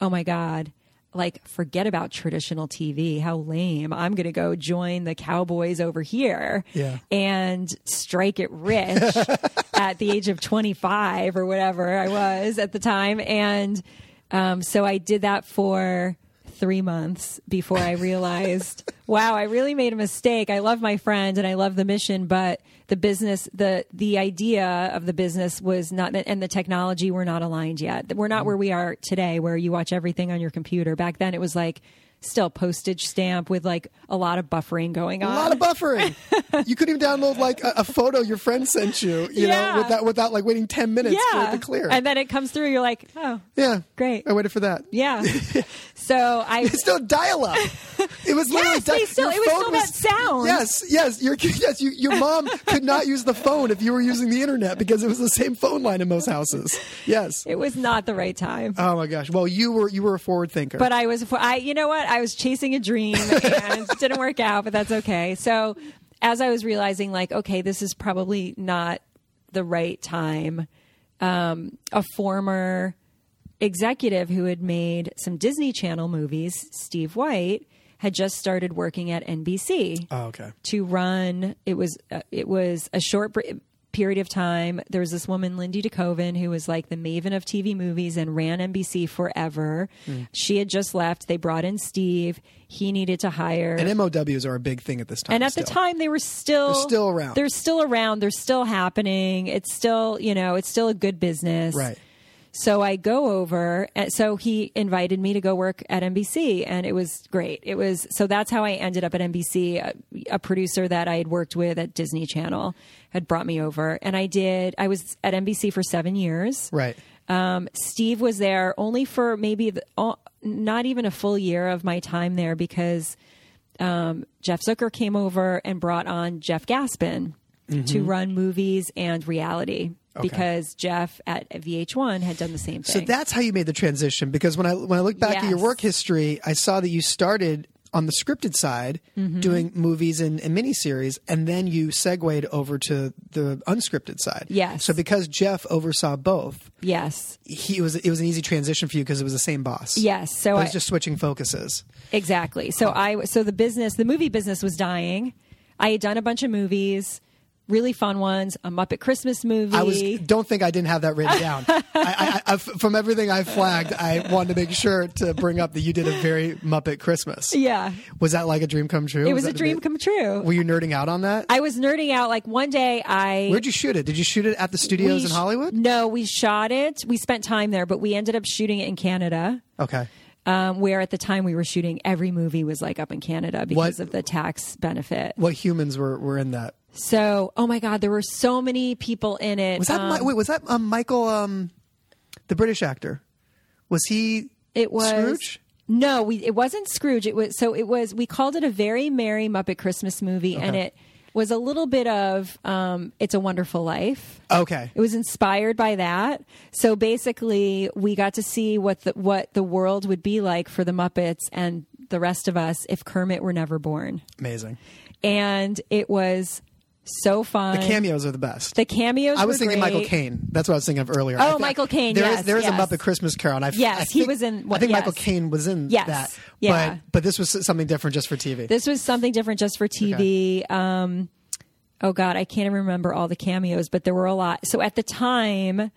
S2: oh my God, like, forget about traditional TV. How lame. I'm going to go join the Cowboys over here
S1: Yeah.
S2: and strike it rich at the age of 25 or whatever I was at the time. And um, so I did that for three months before I realized, wow, I really made a mistake. I love my friend and I love the mission, but the business, the the idea of the business was not, and the technology were not aligned yet. We're
S1: Mm-hmm.
S2: not where we are today, where you watch everything on your computer. Back then, it was like still postage stamp with like a lot of buffering going
S1: A
S2: on.
S1: lot of buffering. you couldn't even download like a, a photo your friend sent you. You
S2: Yeah.
S1: know, without without like waiting ten minutes for it to clear.
S2: And then it comes through, you're like, oh,
S1: yeah,
S2: Great.
S1: I waited for that.
S2: yeah. so I,
S1: It's still dial up. It was literally
S2: Yes, they
S1: di-
S2: still-
S1: your
S2: it was
S1: phone
S2: still that sound.
S1: Yes, yes. Your yes, you, your mom could not use the phone if you were using the internet because it was the same phone line in most houses. Yes.
S2: it was not the right time.
S1: Oh my gosh. Well, you were you were a forward thinker.
S2: but I was, I, you know what? I was chasing a dream and it didn't work out, but that's okay. So as I was realizing, like, okay, this is probably not the right time, um, a former executive who had made some Disney Channel movies, Steve White, had just started working at NBC.
S1: oh, okay.
S2: to run. It was uh, it was a short br- period of time. There was this woman, Lindy DeCoven, who was like the maven of TV movies and ran NBC forever.
S1: Hmm.
S2: She had just left. They brought in Steve. He needed to hire.
S1: And MOWs are a big thing at this time.
S2: And at the
S1: still.
S2: time, they were still
S1: They're still around.
S2: They're still around. They're still happening. It's still you know it's still a good business,
S1: Right.
S2: So I go over. and So he invited me to go work at NBC, and it was great. It was so that's how I ended up at NBC. A, a producer that I had worked with at Disney Channel had brought me over, and I did. I was at NBC for seven years.
S1: Right.
S2: Um, Steve was there only for maybe the, all, not even a full year of my time there because um, Jeff Zucker came over and brought on Jeff Gaspin to
S1: Mm-hmm.
S2: run movies and reality because Jeff at VH1 had done the same
S1: So
S2: thing.
S1: that's how you made the transition because when I when I look back at your
S2: Yes.
S1: work history, I saw that you started on the scripted side
S2: Mm-hmm.
S1: doing movies and, and miniseries, and then you segued over to the unscripted side.
S2: Yes.
S1: So because Jeff oversaw both,
S2: yes,
S1: he it was it was an easy transition for you because it was the same boss.
S2: yes. So
S1: But
S2: I,
S1: it's just switching focuses.
S2: Exactly. So I so the business, the movie business was dying. I had done a bunch of movies. really fun ones. A Muppet Christmas movie.
S1: I was don't think I didn't have that written down. I, I, I, from everything I flagged, I wanted to make sure to bring up that you did a very Muppet Christmas.
S2: yeah,
S1: Was that like a dream come true?
S2: it was a
S1: that
S2: dream
S1: bit-
S2: come true.
S1: Were you nerding out on that?
S2: I was nerding out. Like one day, I
S1: Where'd you shoot it? Did you shoot it at the studios
S2: we
S1: in
S2: sh-
S1: Hollywood?
S2: No, we shot it. We spent time there, but we ended up shooting it in Canada.
S1: Okay.
S2: Um, where at the time we were shooting, every movie was like up in Canada because
S1: What-
S2: of the tax benefit.
S1: What humans were, were in that?
S2: So, oh my God, there were so many people in it.
S1: Was that
S2: Um,
S1: Mi- wait? Was that um, Michael, um, the British actor? Was he?
S2: It was
S1: Scrooge.
S2: No, we it wasn't Scrooge. It was so it was we called it a very merry Muppet Christmas movie, and it was a little bit of um, It's a Wonderful Life.
S1: Okay.
S2: It was inspired by that. So basically, we got to see what the what the world would be like for the Muppets and the rest of us if Kermit were never born,
S1: Amazing.
S2: and it was so fun.
S1: The cameos are the best.
S2: The cameos.
S1: I was
S2: were
S1: thinking
S2: great.
S1: Michael Caine. That's what I was thinking of earlier. I
S2: Oh, Michael Caine,
S1: There is
S2: yes,
S1: there is
S2: yes.
S1: a Muppet Christmas Carol. And I,
S2: Yes,
S1: I
S2: he
S1: think-
S2: was in-
S1: I think
S2: yes.
S1: Michael Caine was in
S2: Yes,
S1: that.
S2: yeah.
S1: But but this was something different just for TV.
S2: This was something different just for TV. Um, oh God, I can't even remember all the cameos, but there were a lot. So at the time,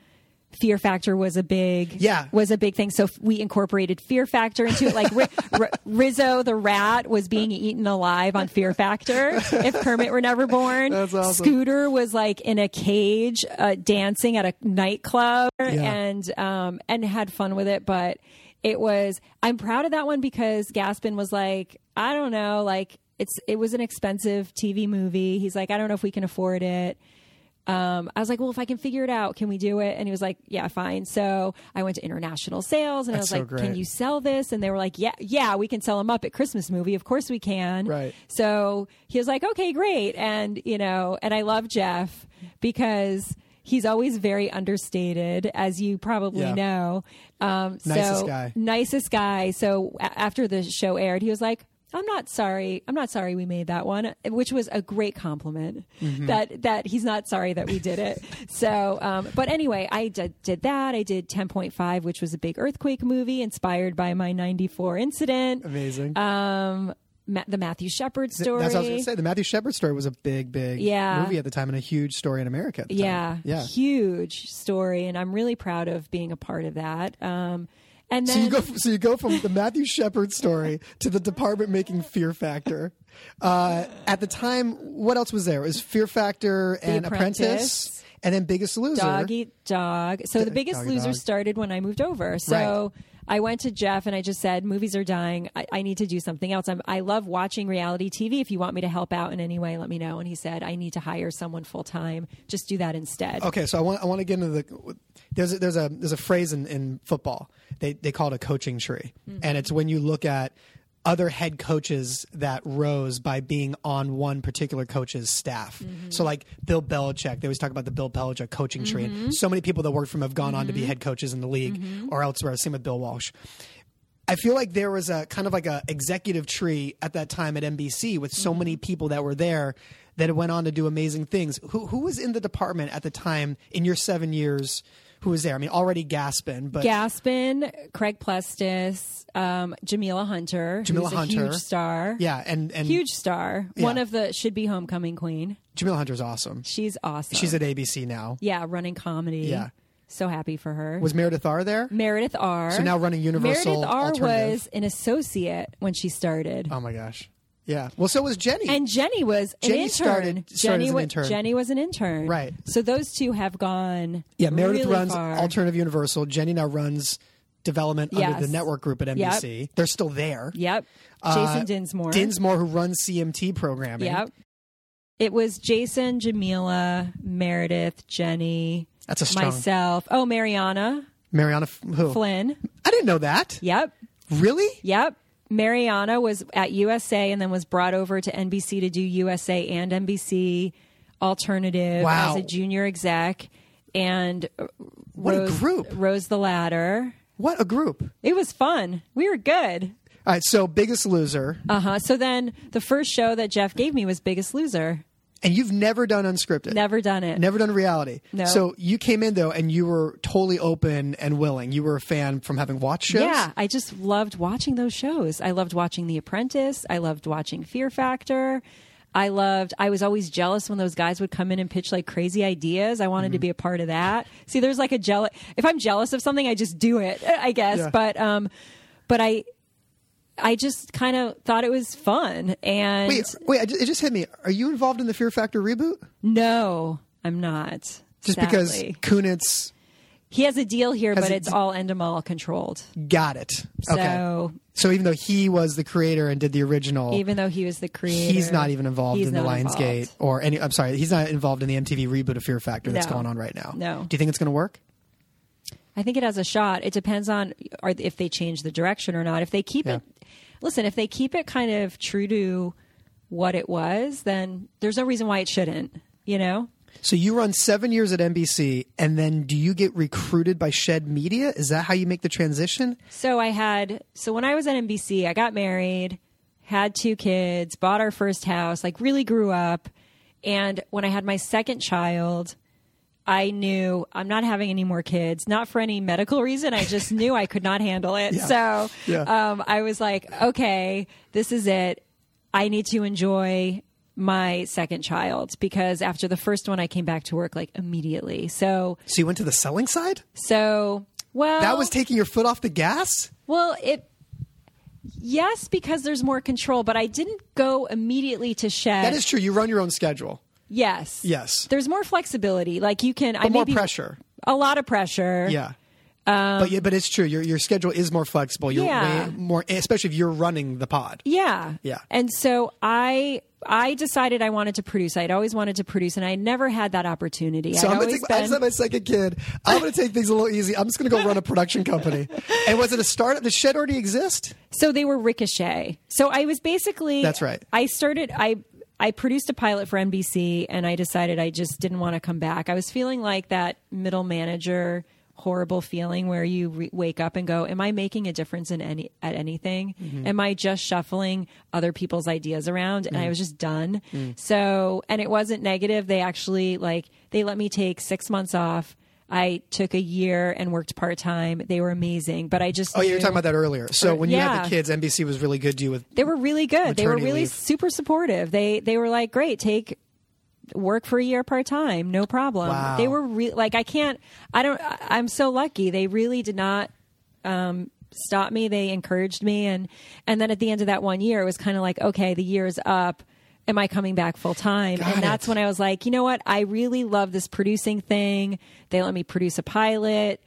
S2: Fear Factor was a big
S1: Yeah.
S2: was a big thing. So we incorporated Fear Factor into it. Like Ri- R- Rizzo the rat was being eaten alive on Fear Factor. If Kermit were never born,
S1: That's awesome.
S2: Scooter was like in a cage uh, dancing at a nightclub and um, and had fun with it. But it was I'm proud of that one because Gaspin was like I don't know like it's it was an expensive TV movie. He's like I don't know if we can afford it um, I was like, well, if I can figure it out, can we do it? And he was like, yeah, fine. So I went to international sales and
S1: That's
S2: I
S1: so
S2: was like,
S1: great.
S2: can you sell this? And they were like, yeah, yeah, we can sell them up at Christmas movie. Of course we can.
S1: Right.
S2: So he was like, okay, great. And, you know, and I love Jeff because he's always very understated, as you probably
S1: Yeah.
S2: know. Um,
S1: Nicest
S2: so,
S1: guy.
S2: Nicest guy. So a- after the show aired, he was like, I'm not sorry. I'm not sorry we made that one, which was a great compliment.
S1: Mm-hmm.
S2: That that he's not sorry that we did it. so, um, but anyway, I did, did that. I did 10.5, which was a big earthquake movie inspired by my 94 incident.
S1: Amazing.
S2: Um, Ma- the Matthew Shepard
S1: Uh. That's
S2: story.
S1: what I was going to say. The Matthew Shepard story was a big, big
S2: Yeah.
S1: movie at the time and a huge story in America. At the time.
S2: Yeah,
S1: Yeah.
S2: huge story, and I'm really proud of being a part of that. Um, and then
S1: So you go. So you go from the Matthew Shepard story to the department making Fear Factor. Uh, at the time, what else was there? It was Fear Factor and Apprentice,
S2: Apprentice.
S1: and then Biggest Loser.
S2: Dog eat dog. So the biggest
S1: dog eat
S2: loser
S1: dog.
S2: started when I moved over. So I went to Jeff and I just said, movies are dying. I, I need to do something else. I'm, I love watching reality TV. If you want me to help out in any way, let me know. And he said, I need to hire someone full time. Just do that instead.
S1: Okay, so I want I want to get into the there's a, there's a there's a phrase in, in football they they call it a coaching tree, and it's when you look at other head coaches that rose by being on one particular coach's staff. So like Bill Belichick, they always talk about the Bill Belichick coaching tree, and so many people that worked for him have gone on to be head coaches in the league or elsewhere. Same with Bill Walsh. I feel like there was a kind of like a executive tree at that time at NBC with so many
S2: Mm-hmm.
S1: people that were there that went on to do amazing things. Who who was in the department at the time in your seven years? Who was there? I mean, already Gaspin, but
S2: Gaspin, Craig Plestis, um, Jamila Hunter,
S1: Jamila
S2: who's
S1: Hunter.
S2: a huge star.
S1: yeah, and and
S2: Huge star. One of the should be homecoming queen.
S1: Jamil Hunter's awesome.
S2: She's awesome.
S1: She's at ABC now.
S2: yeah, running comedy.
S1: Yeah.
S2: So happy for her.
S1: Was Meredith R there?
S2: Meredith R. So
S1: now running Universal
S2: Meredith R
S1: Alternative.
S2: was an associate when she started.
S1: Oh my gosh, yeah. Well, so was Jenny.
S2: and Jenny was an
S1: Jenny
S2: intern.
S1: started- started
S2: Jenny
S1: as an
S2: wa-
S1: intern.
S2: Jenny was an intern.
S1: Right.
S2: So those two have gone.
S1: yeah, Meredith
S2: really
S1: runs
S2: far.
S1: Alternative Universal. Jenny now runs development under
S2: Yes.
S1: the network group at NBC. They're still there.
S2: Yep.
S1: Uh,
S2: Jason Dinsmore.
S1: Dinsmore, who runs CMT programming.
S2: Yep. It was Jason, Jamila, Meredith, Jenny,
S1: That's a strong.
S2: myself. Oh, Mariana
S1: Mariana F- who?
S2: Flynn.
S1: I didn't know that.
S2: Yep.
S1: Really?
S2: Yep. Mariana was at USA and then was brought over to NBC to do USA and NBC Alternative
S1: Wow.
S2: as a junior exec and uh,
S1: What a
S2: rose,
S1: group.
S2: rose the ladder.
S1: What a group.
S2: It was fun. We were good.
S1: All right, so Biggest Loser,
S2: Uh huh. So then the first show that Jeff gave me was Biggest Loser.
S1: and you've never done unscripted.
S2: Never done it.
S1: Never done reality.
S2: No.
S1: So you came in though, and you were totally open and willing. You were a fan from having watched shows.
S2: Yeah, I just loved watching those shows. I loved watching The Apprentice. I loved watching Fear Factor. I loved, I was always jealous when those guys would come in and pitch like crazy ideas. I wanted
S1: Mm-hmm.
S2: to be a part of that. See, there's like a jealous, if I'm jealous of something, I just do it, I guess.
S1: Yeah.
S2: But, um, but I, I just kind of thought it was fun. And
S1: Wait, wait! I ju- It just hit me. Are you involved in the Fear Factor reboot?
S2: no, I'm not.
S1: Just
S2: sadly.
S1: because Kunitz
S2: he has a deal here,
S1: Has
S2: but
S1: a- Oh.
S2: it's all Endemol controlled.
S1: got it. okay.
S2: So
S1: So even though he was the creator and did the original,
S2: even though he was the creator,
S1: he's not even involved
S2: he's
S1: in the
S2: not
S1: Lionsgate
S2: involved.
S1: or any. I'm sorry, he's not involved in the MTV reboot of Fear Factor that's
S2: No.
S1: going on right now.
S2: No.
S1: Do you think it's going to work?
S2: I think it has a shot. It depends on are, if they change the direction or not. If they keep it, listen, if they keep it kind of true to what it was, then there's no reason why it shouldn't. You know,
S1: So you run seven years at NBC, and then do you get recruited by Shed Media? Is that how you make the transition?
S2: So I had so when I was at NBC, I got married, had two kids, bought our first house, like really grew up. And when I had my second child, I knew I'm not having any more kids, not for any medical reason. I just knew I could not handle it. So
S1: Yeah.
S2: um, I was like, okay, this is it. I need to enjoy my second child because after the first one, I came back to work like immediately. So,
S1: So you went to the selling side.
S2: so well,
S1: That was taking your foot off the gas.
S2: well, it yes, because there's more control, but I didn't go immediately to shed.
S1: That is true. You run your own schedule.
S2: yes,
S1: Yes.
S2: There's more flexibility. Like you can, I
S1: more
S2: maybe-
S1: pressure.
S2: a lot of pressure.
S1: Yeah. but yeah, but it's true. Your your schedule is more flexible. You're
S2: Yeah.
S1: way more, especially if you're running the pod.
S2: Yeah.
S1: Yeah.
S2: And so I I decided I wanted to produce. I'd always wanted to produce and I never had that opportunity.
S1: So
S2: I'd
S1: I'm gonna
S2: always
S1: take. I just had my second kid. I'm gonna take things a little easy. I'm just gonna go run a production company. And was it a startup? Does Shed already exist?
S2: So they were Ricochet. So I was basically
S1: That's right.
S2: I started I I produced a pilot for NBC and I decided I just didn't want to come back. I was feeling like that middle manager horrible feeling where you re- wake up and go, am I making a difference in any at anything?
S1: Mm-hmm.
S2: Am I just shuffling other people's ideas around? And I
S1: Mm.
S2: was just done. So, and it wasn't negative. They actually like they let me take 6 months off. I took a year and worked part time. They were amazing, but I just
S1: Oh, yeah, you were
S2: knew-
S1: talking about that earlier. So when you had the
S2: Yeah.
S1: kids, NBC was really good to you with
S2: they were really good. They were
S1: Maternity
S2: really
S1: leave.
S2: super supportive. They they were like, great, take work for a year part time, no problem.
S1: Wow.
S2: They were re- like, I can't, I don't, I- I'm so lucky. They really did not um, stop me. They encouraged me, and and then at the end of that one year, it was kind of like, okay, the year is up. Am I coming back full time?
S1: Got
S2: And that's
S1: it.
S2: when I was like, you know what? I really love this producing thing. They let me produce a pilot.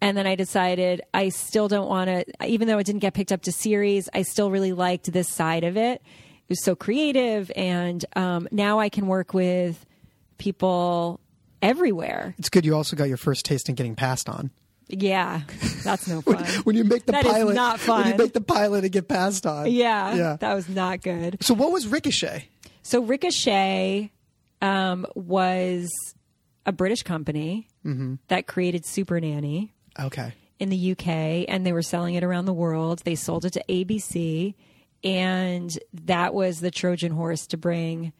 S2: And then I decided I still don't want to, even though it didn't get picked up to series, I still really liked this side of it. It was so creative. And um, now I can work with people everywhere.
S1: It's good you also got your first taste in getting passed on.
S2: Yeah, that's no fun.
S1: When you make the
S2: That is
S1: pilot,
S2: not
S1: when you
S2: fun.
S1: make the pilot and get passed on.
S2: yeah,
S1: yeah.
S2: that was not good.
S1: so what was Ricochet?
S2: So Ricochet um, was a British company that created Super Nanny.
S1: Okay,
S2: in the UK and they were selling it around the world. They sold it to ABC and that was the Trojan horse to bring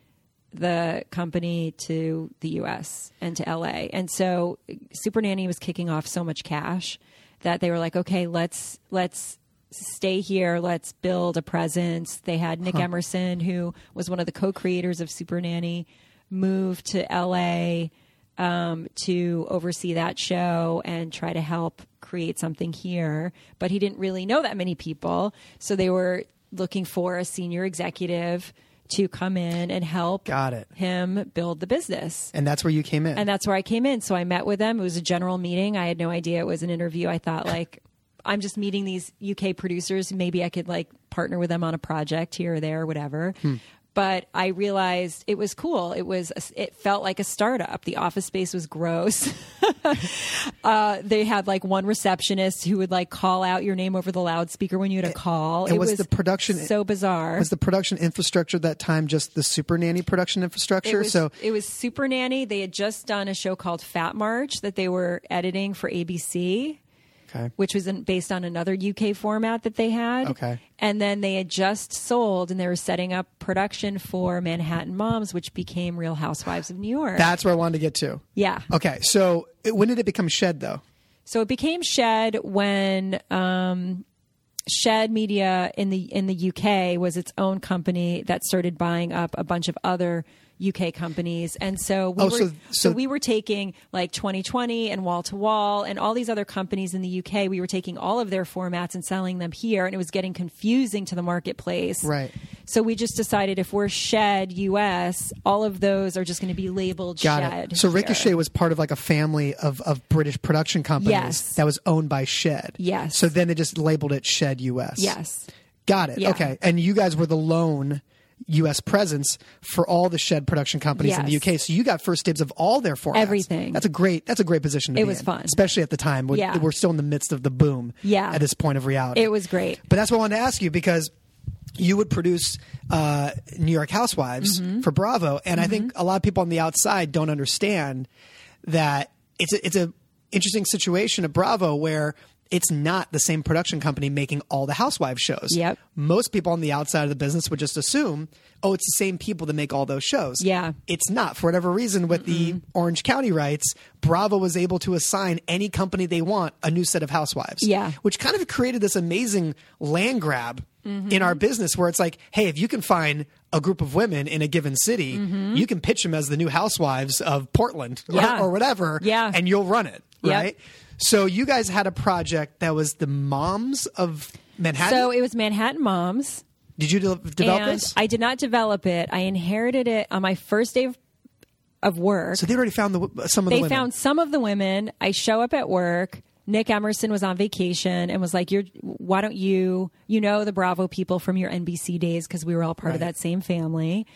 S2: the company to the US and to LA. And so Super Nanny was kicking off so much cash that they were like, "Okay, let's let's stay here. Let's build a presence." They had Nick Emerson who was one of the co-creators of Super Nanny move to LA um, to oversee that show and try to help create something here. But he didn't really know that many people. So they were looking for a senior executive to come in and help
S1: Got it.
S2: him build the business.
S1: and that's where you came in.
S2: And that's where I came in. So I met with them. It was a general meeting. I had no idea it was an interview. I thought, like, I'm just meeting these UK producers. Maybe I could, like, partner with them on a project here or there or whatever.
S1: Hmm.
S2: But I realized it was cool. It was, it felt like a startup. The office space was gross. uh, they had like one receptionist who would like call out your name over the loudspeaker when you had a call.
S1: and was the production-
S2: so bizarre?
S1: was the production infrastructure at that time just the super nanny production infrastructure?
S2: It was,
S1: so
S2: it was Super Nanny. They had just done a show called Fat March that they were editing for ABC,
S1: okay,
S2: which was in, based on another UK format that they had.
S1: Okay.
S2: And then they had just sold and they were setting up production for Manhattan Moms, which became Real Housewives of New York.
S1: that's where I wanted to get to.
S2: yeah.
S1: Okay, so it, when did it become Shed though?
S2: So it became Shed when um, Shed Media in the in the UK was its own company that started buying up a bunch of other UK companies, and so we
S1: Oh,
S2: were
S1: so-
S2: so,
S1: so-
S2: we were taking like 2020 and Wall to Wall and all these other companies in the UK. We were taking all of their formats and selling them here, and it was getting confusing to the marketplace.
S1: Right.
S2: So we just decided if we're Shed US, all of those are just going to be labeled
S1: Got
S2: Shed.
S1: it. So
S2: here.
S1: Ricochet was part of like a family of, of British production companies
S2: Yes.
S1: that was owned by Shed.
S2: Yes.
S1: So then they just labeled it Shed US.
S2: Yes.
S1: Got it.
S2: Yeah.
S1: Okay. And you guys were the lone U.S. presence for all the Shed production companies in the
S2: Yes.
S1: U.K. So you got first dibs of all their formats.
S2: Everything.
S1: That's a great. That's a great position. to
S2: It
S1: be
S2: was
S1: in,
S2: fun.
S1: especially at the time. When
S2: Yeah.
S1: We're still in the midst of the boom.
S2: Yeah.
S1: At this point of reality,
S2: It was great.
S1: But that's what I wanted to ask you because you would produce uh, New York Housewives
S2: Mm-hmm.
S1: for Bravo, and I think a lot of people on the outside don't understand that it's a, it's a interesting situation at Bravo where it's not the same production company making all the housewives shows.
S2: Yep.
S1: Most people on the outside of the business would just assume, oh, it's the same people that make all those shows.
S2: Yeah.
S1: It's not. For whatever reason, with the Orange County rights, Bravo was able to assign any company they want a new set of housewives
S2: Yeah.
S1: which kind of created this amazing land grab
S2: Mm-hmm.
S1: in our business where it's like, hey, if you can find a group of women in a given city, you can pitch them as the new housewives of Portland or-
S2: Mm-hmm. Yeah.
S1: or, whatever,
S2: Yeah.
S1: and you'll run it,
S2: Yep.
S1: right? So you guys had a project that was the moms of Manhattan.
S2: So it was Manhattan Moms.
S1: Did you de- develop
S2: and
S1: this?
S2: I did not develop it. I inherited it on my first day of, of work.
S1: so they already found the, some of the
S2: they
S1: women.
S2: found some of the women. I show up at work. Nick Emerson was on vacation and was like, "You're why don't you you know the Bravo people from your NBC days because we were all part of
S1: Right.
S2: that same family.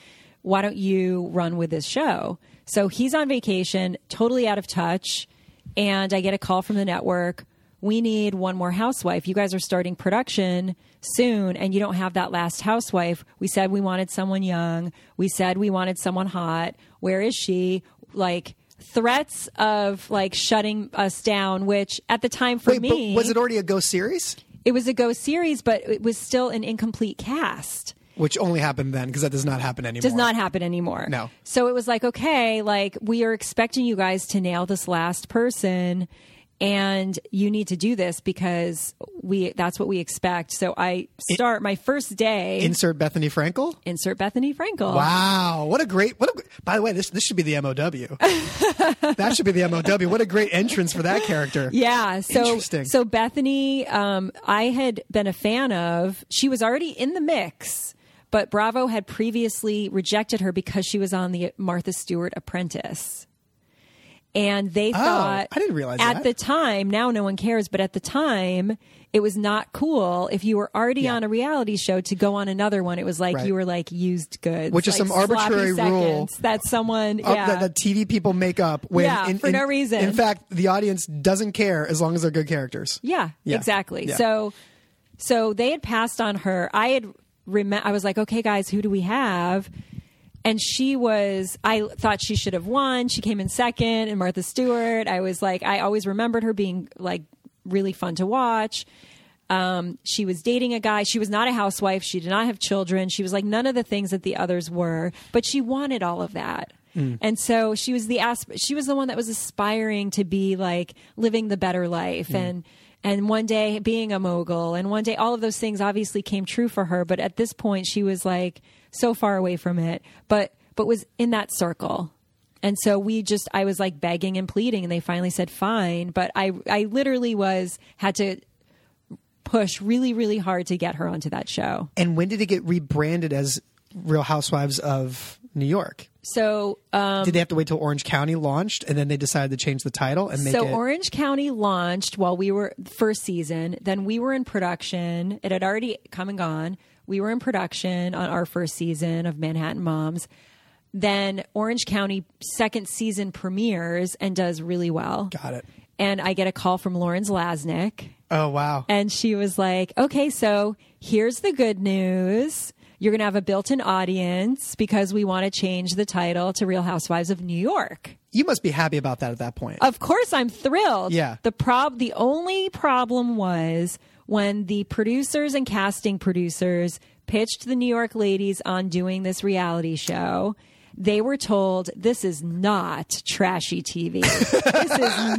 S2: Why don't you run with this show?" So he's on vacation, totally out of touch, and I get a call from the network. We need one more housewife. You guys are starting production soon and you don't have that last housewife. We said we wanted someone young. We said we wanted someone hot. Where is she? Like threats of like shutting us down, which at the time for
S1: Wait, but
S2: me
S1: was it already a ghost series?
S2: it was a go series, but it was still an incomplete cast.
S1: Which only happened then because that does not happen anymore.
S2: Does not happen anymore.
S1: No.
S2: So it was like, okay, like we are expecting you guys to nail this last person and you need to do this because we that's what we expect. So I start my first day
S1: Insert Bethany Frankel?
S2: insert Bethany Frankel.
S1: Wow, what a great what a By the way, this this should be the MOW. that should be the MOW. What a great entrance for that character.
S2: Yeah. So
S1: Interesting.
S2: so Bethany, um, I had been a fan of. She was already in the mix, but Bravo had previously rejected her because she was on the Martha Stewart Apprentice. And they thought
S1: Oh, I didn't realize
S2: at
S1: that.
S2: the time. Now no one cares, but at the time, it was not cool if you were already on a reality show to go on another one. It was like
S1: Right.
S2: you were like used goods,
S1: Which is
S2: like
S1: some arbitrary
S2: sloppy
S1: rule.
S2: seconds that someone
S1: Uh,
S2: yeah.
S1: that, that TV people make up when
S2: Yeah, for no reason.
S1: In fact, the audience doesn't care as long as they're good characters.
S2: Yeah,
S1: Yeah.
S2: exactly.
S1: Yeah.
S2: So, so they had passed on her. I had, rem- I was like, okay, guys, who do we have? And she was, I thought she should have won. She came in second, and Martha Stewart. I was like, I always remembered her being like really fun to watch. Um, she was dating a guy. She was not a housewife. She did not have children. She was like none of the things that the others were, but she wanted all of that.
S1: Mm.
S2: And so she was the asp- she was the one that was aspiring to be like living the better life
S1: Mm.
S2: and and one day being a mogul and one day all of those things obviously came true for her, but at this point she was like so far away from it, but but was in that circle. And so we just I was like begging and pleading and they finally said fine, but I I literally was had to push really, really hard to get her onto that show.
S1: And when did it get rebranded as Real Housewives of New York?
S2: So, um,
S1: did they have to wait till Orange County launched and then they decided to change the title and make
S2: so
S1: it
S2: Orange County launched while we were first season. Then we were in production. It had already come and gone. We were in production on our first season of Manhattan Moms. Then Orange County second season premieres and does really well.
S1: Got it.
S2: And I get a call from Lauren Zlasnik.
S1: Oh wow.
S2: And she was like, okay, so here's the good news. You're going to have a built in audience because we want to change the title to Real Housewives of New York.
S1: you must be happy about that at that point.
S2: Of course, I'm thrilled.
S1: Yeah.
S2: The, prob- the only problem was when the producers and casting producers pitched the New York ladies on doing this reality show. they were told this is not trashy TV. this is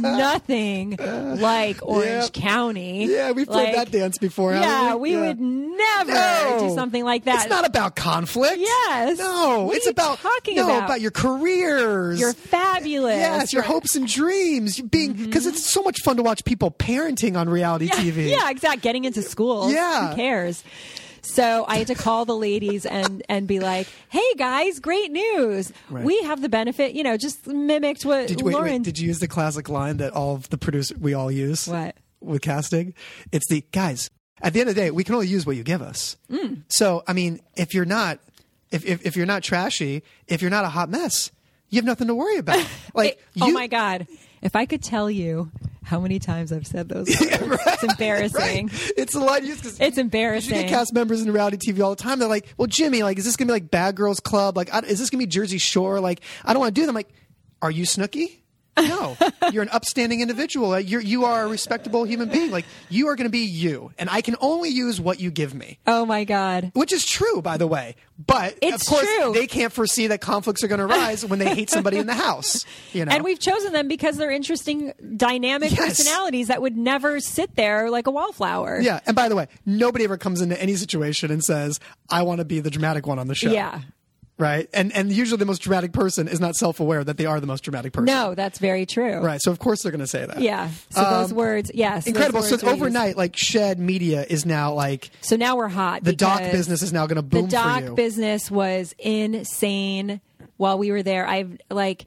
S2: nothing like Orange
S1: Yep.
S2: County.
S1: Yeah, we've played that
S2: Like,
S1: dance before. haven't
S2: Yeah,
S1: we,
S2: we would never
S1: No.
S2: do something like that.
S1: It's not about conflict.
S2: Yes.
S1: No,
S2: What are
S1: it's
S2: you
S1: about
S2: talking
S1: no
S2: about?
S1: about? your careers.
S2: you're fabulous.
S1: yes, your hopes and dreams. You being because it's so much fun to watch people parenting on reality TV.
S2: Mm-hmm. Yeah, exactly. Getting into school.
S1: Yeah.
S2: Who cares? So I had to call the ladies and, and be like, hey guys, great news.
S1: Right.
S2: We have the benefit, you know, just mimicked what
S1: Did you, wait,
S2: Lauren
S1: wait, did you use the classic line that all of the producer we all use?
S2: What?
S1: With casting? It's the guys, at the end of the day, we can only use what you give us.
S2: Mm.
S1: So, I mean, if you're not if, if if you're not trashy, if you're not a hot mess, you have nothing to worry about. Like
S2: It- oh
S1: you-
S2: my god! If I could tell you how many times I've said those, words, it's embarrassing.
S1: Right? It's a line used 'cause
S2: It's
S1: You get
S2: embarrassing.
S1: cast members in reality TV all the time. They're like, "Well, Jimmy, like, is this gonna be like Bad Girls Club? Like, I, is this gonna be Jersey Shore? Like, I don't want to do them." Like, are you Snooky? No, you're an upstanding individual. Like, You're you are a respectable human being. Like, you are gonna be you, and I can only use what you give me.
S2: oh my god!
S1: Which is true, by the way, but
S2: It's
S1: of course
S2: true.
S1: they can't foresee that conflicts are going to arise when they hate somebody in the house. You know,
S2: And we've chosen them because they're interesting, dynamic
S1: Yes.
S2: personalities that would never sit there like a wallflower.
S1: yeah. And by the way, nobody ever comes into any situation and says, "I want to be the dramatic one on the show."
S2: Yeah.
S1: right? And and usually the most dramatic person is not self aware that they are the most dramatic person.
S2: No, that's very true.
S1: Right. So of course they're going to say that.
S2: Yeah. So those words, yes,
S1: Um, Incredible.
S2: Those
S1: So
S2: words were used.
S1: overnight, like Shed Media is now like
S2: So now we're hot.
S1: the doc
S2: because-
S1: business is now going to
S2: the
S1: boom
S2: doc
S1: for you.
S2: business was insane while we were there i've like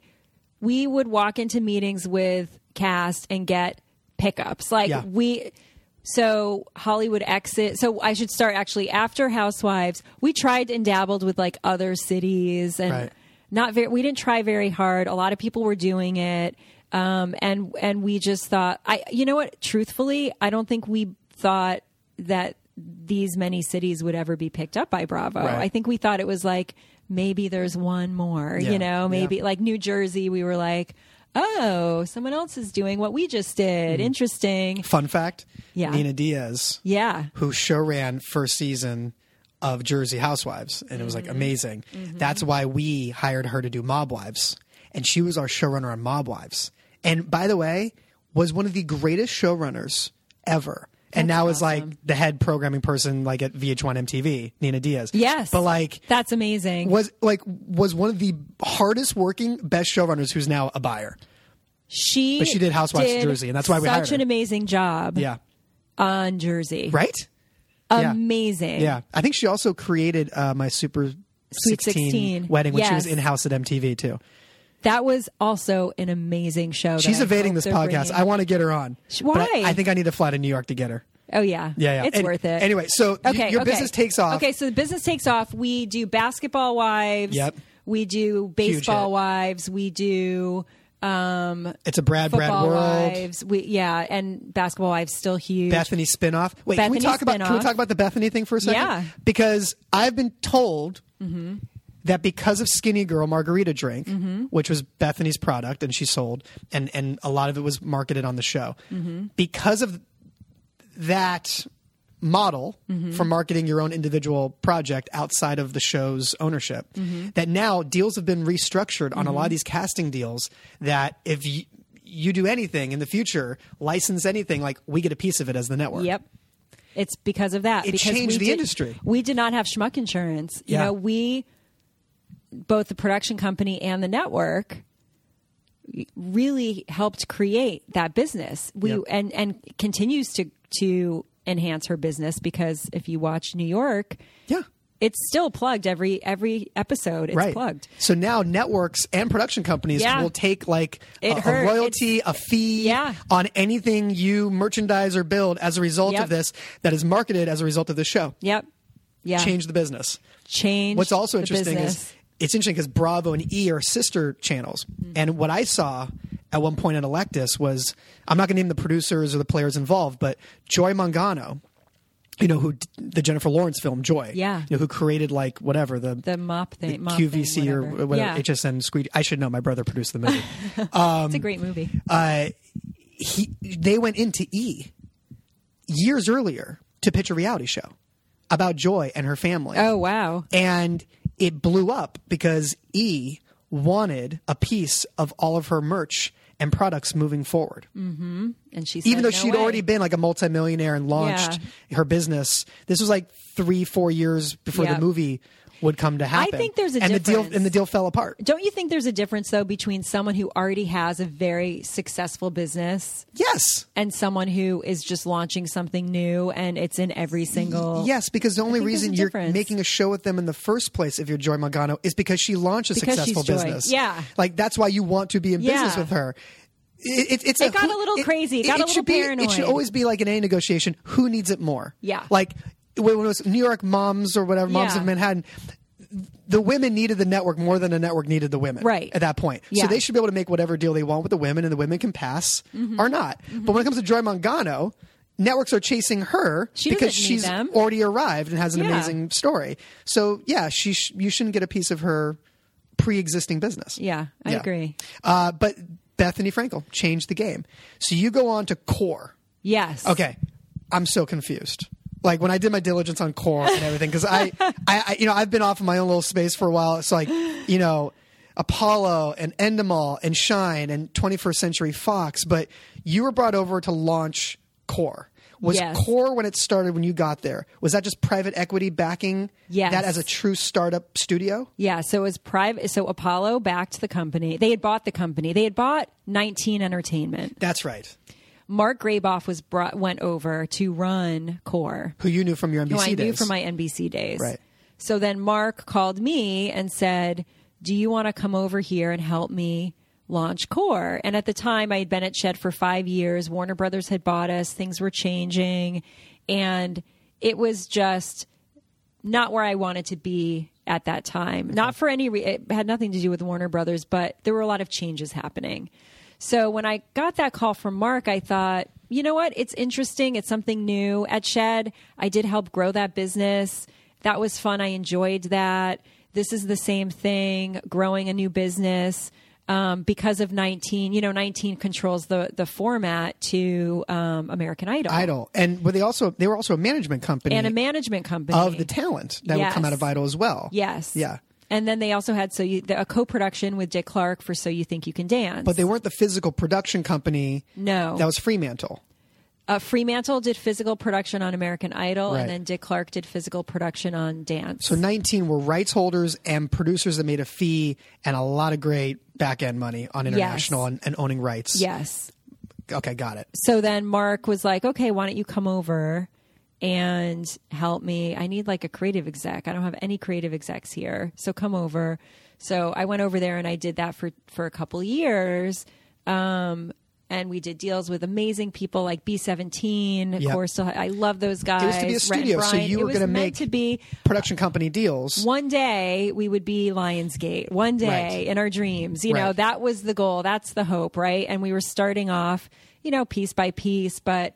S2: we would walk into meetings with cast and get pickups like
S1: Yeah.
S2: we so hollywood exit so i should start actually after housewives we tried and dabbled with like other cities and
S1: Right.
S2: not very we didn't try very hard a lot of people were doing it um, and and we just thought i you know what truthfully i don't think we thought that these many cities would ever be picked up by bravo
S1: Right.
S2: i think we thought it was like maybe there's one more
S1: Yeah.
S2: you know maybe like new jersey we were like oh someone else is doing what we just did
S1: Hmm.
S2: interesting
S1: Fun fact:
S2: Yeah.
S1: Nina Diaz,
S2: yeah
S1: who show ran first season of Jersey Housewives, and it was like amazing. That's why we hired her to do Mob Wives, and she was our showrunner on Mob Wives. And by the way, was one of the greatest showrunners ever. and now is like the head programming person, like at VH1 MTV, Nina Diaz.
S2: yes
S1: but like
S2: that's amazing
S1: was like was one of the hardest working best showrunners who's now a buyer.
S2: she
S1: But she did Housewives of
S2: did
S1: Jersey, and that's why we
S2: such
S1: hired her.
S2: an amazing job
S1: Yeah,
S2: on jersey
S1: right.
S2: Um,
S1: Yeah.
S2: amazing
S1: Yeah, I think she also created uh, my super
S2: Sweet
S1: 16,
S2: 16.
S1: wedding when she was
S2: Yes.
S1: in house at MTV too.
S2: That was also an amazing show. that
S1: She's
S2: I
S1: evading
S2: hope
S1: this
S2: they're
S1: podcast. I
S2: bringing.
S1: want to get her on.
S2: Sh-
S1: But I-
S2: why?
S1: I, think I need to fly to New York to get her.
S2: oh yeah,
S1: Yeah, yeah.
S2: it's
S1: An-
S2: worth it.
S1: Anyway, so y-
S2: okay,
S1: your
S2: okay.
S1: business takes off.
S2: Okay, so the business takes off. We do basketball wives.
S1: Yep.
S2: We do
S1: hit.
S2: baseball wives. We do um,
S1: It's a Brad Brad
S2: football
S1: world.
S2: wives. We yeah, and basketball wives still huge.
S1: Bethany spinoff. Wait, can we
S2: Bethany
S1: talk about can we
S2: spinoff.
S1: talk about the Bethany thing for a second?
S2: Yeah. Mm-hmm.
S1: Because I've been told that because of Skinny Girl Margarita Drink, which was Bethany's product and she sold, and and a lot of it was marketed on the show,
S2: Mm-hmm.
S1: because of that model
S2: Mm-hmm.
S1: for marketing your own individual project outside of the show's ownership
S2: Mm-hmm.
S1: that now deals have been restructured on a lot of these casting deals that if you, you do anything in the future license anything like we get a piece of it as the network
S2: Yep. It's because of that.
S1: It
S2: because
S1: changed
S2: we
S1: the
S2: did-
S1: industry.
S2: We did not have schmuck insurance. You
S1: Yeah.
S2: know, we both the production company and the network really helped create that business. We
S1: Yep.
S2: and and continues to to enhance her business because if you watch New York,
S1: yeah
S2: it's still plugged every every episode. It's
S1: right
S2: plugged.
S1: so now networks and production companies
S2: Yeah.
S1: will take like a,
S2: It
S1: a
S2: hurt.
S1: royalty a fee
S2: Yeah.
S1: on anything you merchandise or build as a result
S2: Yep.
S1: of this that is marketed as a result of the show
S2: Yep. Yeah.
S1: change the business
S2: Change.
S1: What's also
S2: the
S1: interesting
S2: business. Mm-hmm.
S1: is it's interesting because Bravo and E are sister channels. And what I saw at one point at Electus was I'm not going to name the producers or the players involved, but Joy Mangano, you know, who d- the Jennifer Lawrence film Joy,
S2: Yeah.
S1: you know, who created like whatever the,
S2: the mop thing, mop thing,
S1: QVC or whatever
S2: Yeah.
S1: HSN Squeegee. I should know. My brother produced the movie.
S2: it's a great movie.
S1: uh, he they went into E years earlier to pitch a reality show about Joy and her family
S2: Oh wow.
S1: and it blew up because E wanted a piece of all of her merch and products moving forward.
S2: And she said,
S1: Even though
S2: Mm-hmm. "No
S1: she'd
S2: way."
S1: already been like a multimillionaire and launched her business, this was like three, four years before
S2: Yeah.
S1: the movie would come to happen.
S2: think there's a
S1: and the
S2: difference.
S1: deal and the deal fell apart.
S2: Don't you think there's a difference though between someone who already has a very successful business
S1: Yes.
S2: and someone who is just launching something new and it's in every single
S1: Yes, because the only
S2: think there's
S1: reason
S2: a
S1: you're
S2: difference.
S1: making a show with them in the first place, if you're Joy Magano, is because she launched a
S2: Because she's
S1: successful
S2: Joy.
S1: business.
S2: Yeah.
S1: like that's why you want to be in business
S2: Yeah.
S1: with her. It, it- it's
S2: It got a little crazy. It got a little
S1: should be- It
S2: paranoid.
S1: should always be like in any negotiation: who needs it more?
S2: Yeah.
S1: like when it was New York moms or whatever, moms
S2: Yeah.
S1: of Manhattan. The women needed the network more than the network needed the women.
S2: Right.
S1: At that point.
S2: Yeah.
S1: So they should be able to make whatever deal they want with the women and the women can pass
S2: Mm-hmm.
S1: or not. But when it comes to Joy Mangano, networks are chasing her
S2: She
S1: because
S2: doesn't need
S1: she's
S2: them.
S1: already arrived and has an
S2: Yeah.
S1: amazing story. So yeah, she sh- you shouldn't get a piece of her pre-existing business.
S2: Yeah, I agree.
S1: Uh, but Bethany Frankel changed the game. So you go on to Core.
S2: Yes.
S1: Okay, I'm so confused. Like when I did my diligence on Core and everything, because I, I, I, you know, I've been off in my own little space for a while. It's like, you know, Apollo and Endemol and Shine and 21st Century Fox, but you were brought over to launch Core. Was
S2: Yes.
S1: Core when it started when you got there? Was that just private equity backing
S2: Yes.
S1: that as a true startup studio?
S2: Yeah, so it was private. So Apollo backed the company. They had bought the company. They had bought 19 Entertainment.
S1: That's right.
S2: Mark Graboff was brought went over to run Core.
S1: Who you knew from your NBC
S2: who I
S1: days?
S2: knew from my NBC days.
S1: Right.
S2: So then Mark called me and said, "Do you want to come over here and help me launch Core?" And at the time, I had been at Shed for five years. Warner Brothers had bought us. Things were changing, and it was just not where I wanted to be at that time. Not for any re- it had nothing to do with Warner Brothers, but there were a lot of changes happening. So when I got that call from Mark, I thought, you know what? It's interesting. It's something new. At Shed, I did help grow that business. That was fun. I enjoyed that. This is the same thing, growing a new business. Um, because of 19, you know, 19 controls the, the format to um, American Idol.
S1: Idol, and were they also they were also a management company
S2: and a management company.
S1: of the talent that would come
S2: Yes.
S1: out of Idol as well.
S2: Yes.
S1: Yeah.
S2: And then they also had so you, the, a co-production with Dick Clark for So You Think You Can Dance.
S1: But they weren't the physical production company.
S2: No.
S1: That was Fremantle.
S2: uh, Fremantle did physical production on American Idol,
S1: Right.
S2: and then Dick Clark did physical production on Dance.
S1: So 19 were rights holders and producers that made a fee and a lot of great back end money on international and, and owning rights.
S2: yes.
S1: Okay, got it.
S2: So then Mark was like, "Okay, why don't you come over and help me? I need like a creative exec. I don't have any creative execs here, so come over." So I went over there and I did that for for a couple years. Um, and we did deals with amazing people like B17. Of
S1: Yep.
S2: course, still, I love those guys.
S1: was to be a
S2: Rhett and
S1: studio, so
S2: Brian.
S1: you
S2: It
S1: were
S2: was
S1: gonna
S2: meant
S1: make-
S2: to be
S1: Production company deals.
S2: one day we would be Lionsgate. One day
S1: Right.
S2: in our dreams, you know,
S1: Right.
S2: that was the goal. That's the hope, right? And we were starting off, you know, piece by piece, but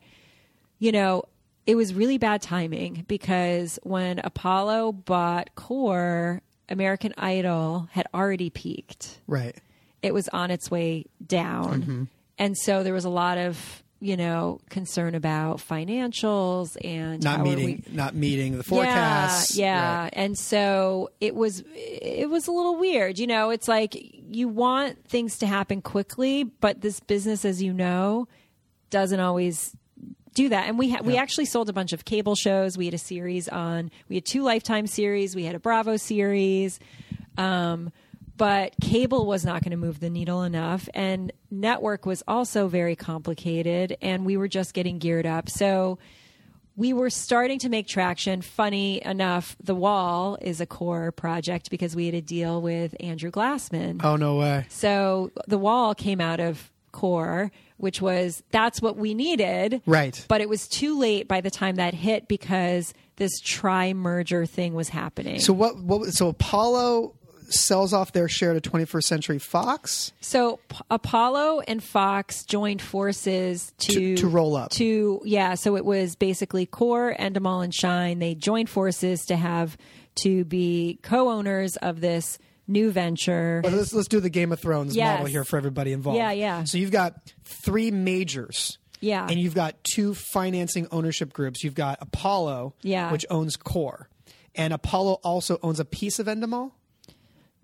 S2: you know, it was really bad timing because when Apollo bought Core, American Idol had already peaked.
S1: Right.
S2: It was on its way down.
S1: Mm-hmm.
S2: And so there was a lot of, you know, concern about financials and
S1: Not
S2: how are we-
S1: meeting not meeting the forecasts.
S2: yeah, yeah.
S1: Right.
S2: And so it was it was a little weird. You know, it's like you want things to happen quickly, but this business as you know doesn't always do that. And we ha- we actually sold a bunch of cable shows. We had a series on we had two lifetime series, we had a Bravo series. Um but cable was not going to move the needle enough and network was also very complicated and we were just getting geared up. So we were starting to make traction. Funny enough, The Wall is a core project because we had a deal with Andrew Glassman.
S1: Oh no way.
S2: So The Wall came out of core, which was that's what we needed.
S1: Right.
S2: But it was too late by the time that hit because this tri merger thing was happening.
S1: So what what so Apollo sells off their share to 21st Century Fox?
S2: So P- Apollo and Fox joined forces to,
S1: To- to roll up.
S2: To yeah, so it was basically Core, Endemol, and Shine. They joined forces to have to be co-owners of this new venture.
S1: But uh, let's let's do the Game of Thrones
S2: Yes.
S1: model here for everybody involved.
S2: Yeah, yeah.
S1: So you've got three majors.
S2: Yeah.
S1: And you've got two financing ownership groups. You've got Apollo,
S2: Yeah.
S1: which owns Core. And Apollo also owns a piece of Endemol.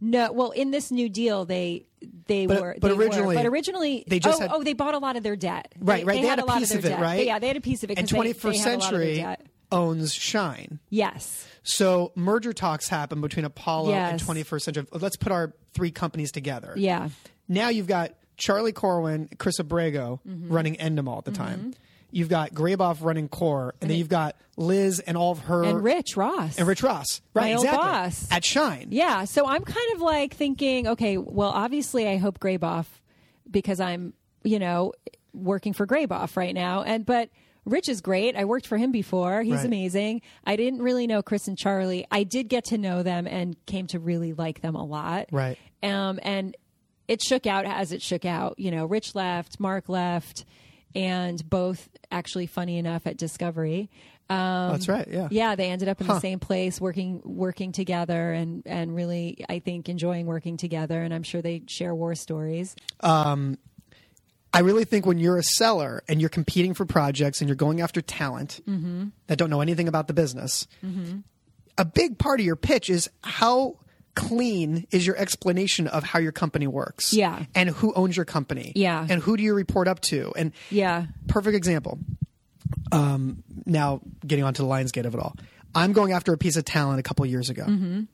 S2: No, well, in this New Deal, they they
S1: But-
S2: were,
S1: but
S2: they were.
S1: originally-
S2: but originally,
S1: they just
S2: oh,
S1: had-
S2: oh, they bought a lot of their debt,
S1: Right, right. They, had,
S2: a,
S1: a
S2: lot
S1: piece
S2: of,
S1: of,
S2: their
S1: it,
S2: debt.
S1: right?
S2: yeah, they had a piece of it.
S1: And
S2: 'cause they-
S1: 21st
S2: they had a lot of their
S1: century
S2: debt.
S1: owns Shine.
S2: yes,
S1: So merger talks happen between Apollo
S2: Yes.
S1: and 21st Century. Let's put our three companies together.
S2: yeah,
S1: Now you've got Charlie Corwin, Chris Abrego
S2: Mm-hmm.
S1: running Endemol at the time. You've got Graboff running Core, and then you've got Liz and all of her
S2: and Rich Ross
S1: and Rich Ross. Right,
S2: My old
S1: exactly.
S2: boss.
S1: At Shine.
S2: Yeah. So I'm kind of like thinking, okay, well, obviously I hope Graboff because I'm, you know, working for Graboff right now. And, but Rich is great. I worked for him before. He's
S1: Right.
S2: amazing. I didn't really know Chris and Charlie. I did get to know them and came to really like them a lot.
S1: Right.
S2: Um, and it shook out as it shook out. You know, Rich left, Mark left, and both actually, funny enough, at Discovery. Um,
S1: That's right, yeah.
S2: yeah, they ended up in the same place, working working together, and and really, I think enjoying working together. And I'm sure they share war stories.
S1: I really think when you're a seller and you're competing for projects and you're going after talent
S2: Mm-hmm.
S1: that don't know anything about the business, a big part of your pitch is how clean is your explanation of how your company works
S2: Yeah.
S1: and who owns your company
S2: Yeah.
S1: and who do you report up to and
S2: Yeah,
S1: perfect example um, now getting onto the lionsgate of it all i'm going after a piece of talent a couple years ago and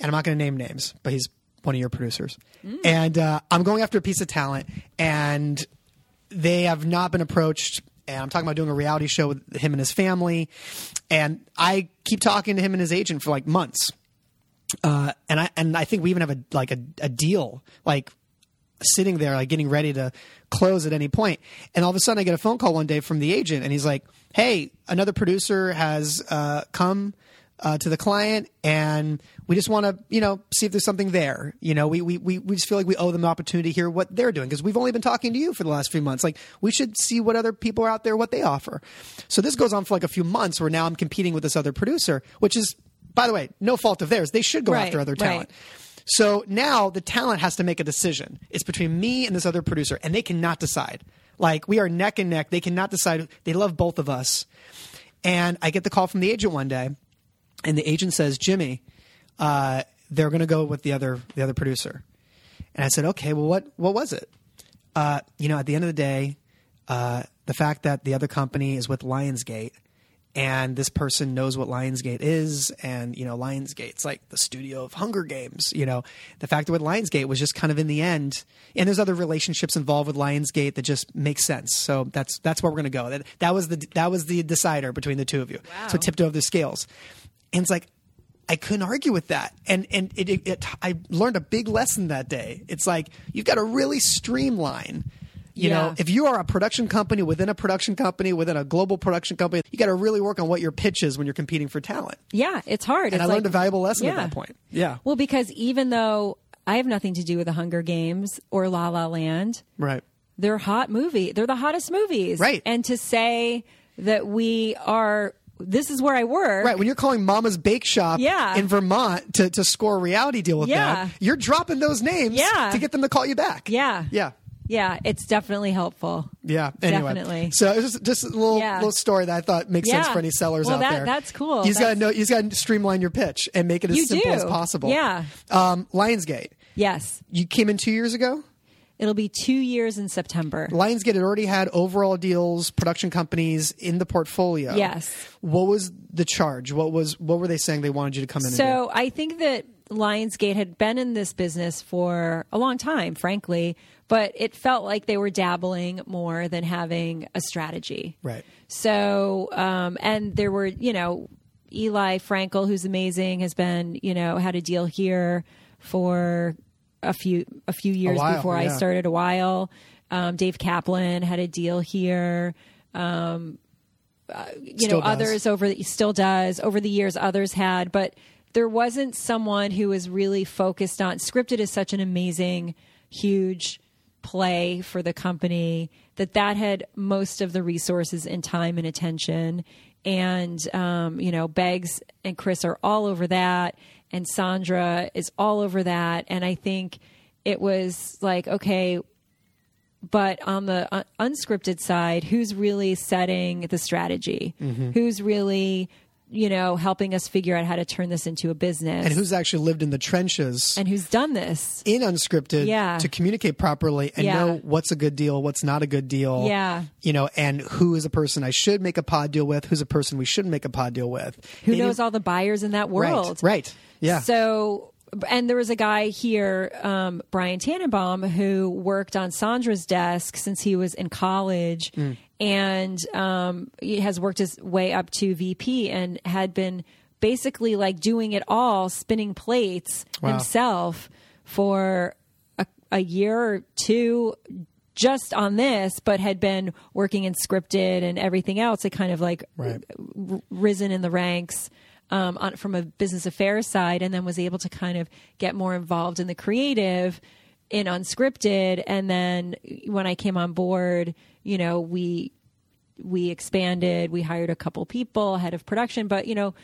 S1: I'm not going to name names, but he's one of your producers. And uh, I'm going after a piece of talent, and they have not been approached. And I'm talking about doing a reality show with him and his family. And I keep talking to him and his agent for like months. Uh, and I and I think we even have a like a, a deal like sitting there like getting ready to close at any point and all of a sudden i get a phone call one day from the agent and he's like hey another producer has uh, come uh, to the client and we just want to you know see if there's something there you know we, we, we, we just feel like we owe them an opportunity to hear what they're doing because we've only been talking to you for the last few months like we should see what other people are out there what they offer so this goes on for like a few months where now i'm competing with this other producer which is by the way no fault of theirs they should go
S2: Right,
S1: after other
S2: right.
S1: talent so now the talent has to make a decision. It's between me and this other producer, and they cannot decide. Like we are neck and neck. They cannot decide. They love both of us. And I get the call from the agent one day, and the agent says, "Jimmy, uh, they're going to go with the other the other producer." And I said, "Okay, well, what what was it?" Uh, you know, at the end of the day, uh, the fact that the other company is with Lionsgate, and this person knows what Lionsgate is, and you know, Lionsgate's like the studio of Hunger Games. You know, the fact that with Lionsgate was just kind of in the end, and there's other relationships involved with Lionsgate that just make sense. So that's that's where we're gonna go. That that was the that was the decider between the two of you. So
S2: Wow.
S1: tipped over the scales, and it's like. I couldn't argue with that, and and it, it, it I learned a big lesson that day. It's like you've got to really streamline. You know,
S2: Yeah.
S1: if you are a production company within a production company within a global production company, you got to really work on what your pitch is when you're competing for talent.
S2: yeah, it's hard.
S1: And
S2: it's
S1: I learned a
S2: like-
S1: valuable lesson at
S2: yeah.
S1: that point. Yeah,
S2: Well, because even though I have nothing to do with the Hunger Games or La La Land,
S1: right.
S2: they're hot movie. They're the hottest movies,
S1: Right.
S2: And to say that we are, this is where I work,
S1: Right, when you're calling Mama's Bake Shop
S2: Yeah.
S1: in Vermont to, to score a reality deal with
S2: Yeah.
S1: them, you're dropping those names
S2: Yeah.
S1: to get them to call you back.
S2: Yeah.
S1: Yeah.
S2: Yeah, it's definitely helpful.
S1: Yeah. Anyway,
S2: Definitely.
S1: So it was just, just a little
S2: Yeah.
S1: little story that I thought makes sense
S2: Yeah.
S1: for any sellers
S2: Well,
S1: out
S2: that-
S1: there.
S2: that's cool.
S1: You just got to
S2: That's-
S1: know. You just got to streamline your pitch and make it as
S2: You
S1: simple
S2: do.
S1: as possible.
S2: Yeah.
S1: Um, Lionsgate.
S2: Yes,
S1: You came in two years ago.
S2: it'll be two years in September.
S1: Lionsgate had already had overall deals, production companies in the portfolio.
S2: Yes.
S1: What was the charge? What was what were they saying they wanted you to come in? and do?
S2: So I think that Lionsgate had been in this business for a long time, frankly, but it felt like they were dabbling more than having a strategy.
S1: Right.
S2: So, um, and there were, you know, Eli Frankel, who's amazing, has been, you know, had a deal here for a few a few years
S1: while,
S2: before I
S1: yeah.
S2: started. A while. Um, Dave Kaplan had a deal here you
S1: Still
S2: know
S1: does.
S2: others over still does over the years others had but there wasn't someone who was really focused on scripted is such an amazing huge play for the company that that had most of the resources and time and attention and um, you know Beggs and Chris are all over that and Sandra is all over that and I think it was like okay but on the uh,
S1: Mm-hmm.
S2: unscripted side, who's really setting the strategy? Who's really you know, helping us figure out how to turn this into a business.
S1: and who's actually lived in the trenches
S2: and who's done this.
S1: in unscripted
S2: Yeah.
S1: to communicate properly and
S2: Yeah.
S1: know what's a good deal, what's not a good deal.
S2: Yeah.
S1: You know, and who is a person I should make a pod deal with, who's a person we shouldn't make a pod deal with.
S2: Who
S1: Any-
S2: knows all the buyers in that
S1: Right,
S2: world?
S1: Right. Yeah.
S2: So, and there was a guy here, um, Brian Tannenbaum, who worked on Sandra's desk since he was in college,
S1: Mm.
S2: and um, he has worked his way up to VP and had been basically like doing it all, spinning plates
S1: Wow.
S2: himself for a, a year or two. Just on this, but had been working in scripted and everything else. It kind of like
S1: Right.
S2: r- risen in the ranks um, on, from a business affairs side and then was able to kind of get more involved in the creative in unscripted and then when i came on board you know we we expanded we hired a couple people head of production but you know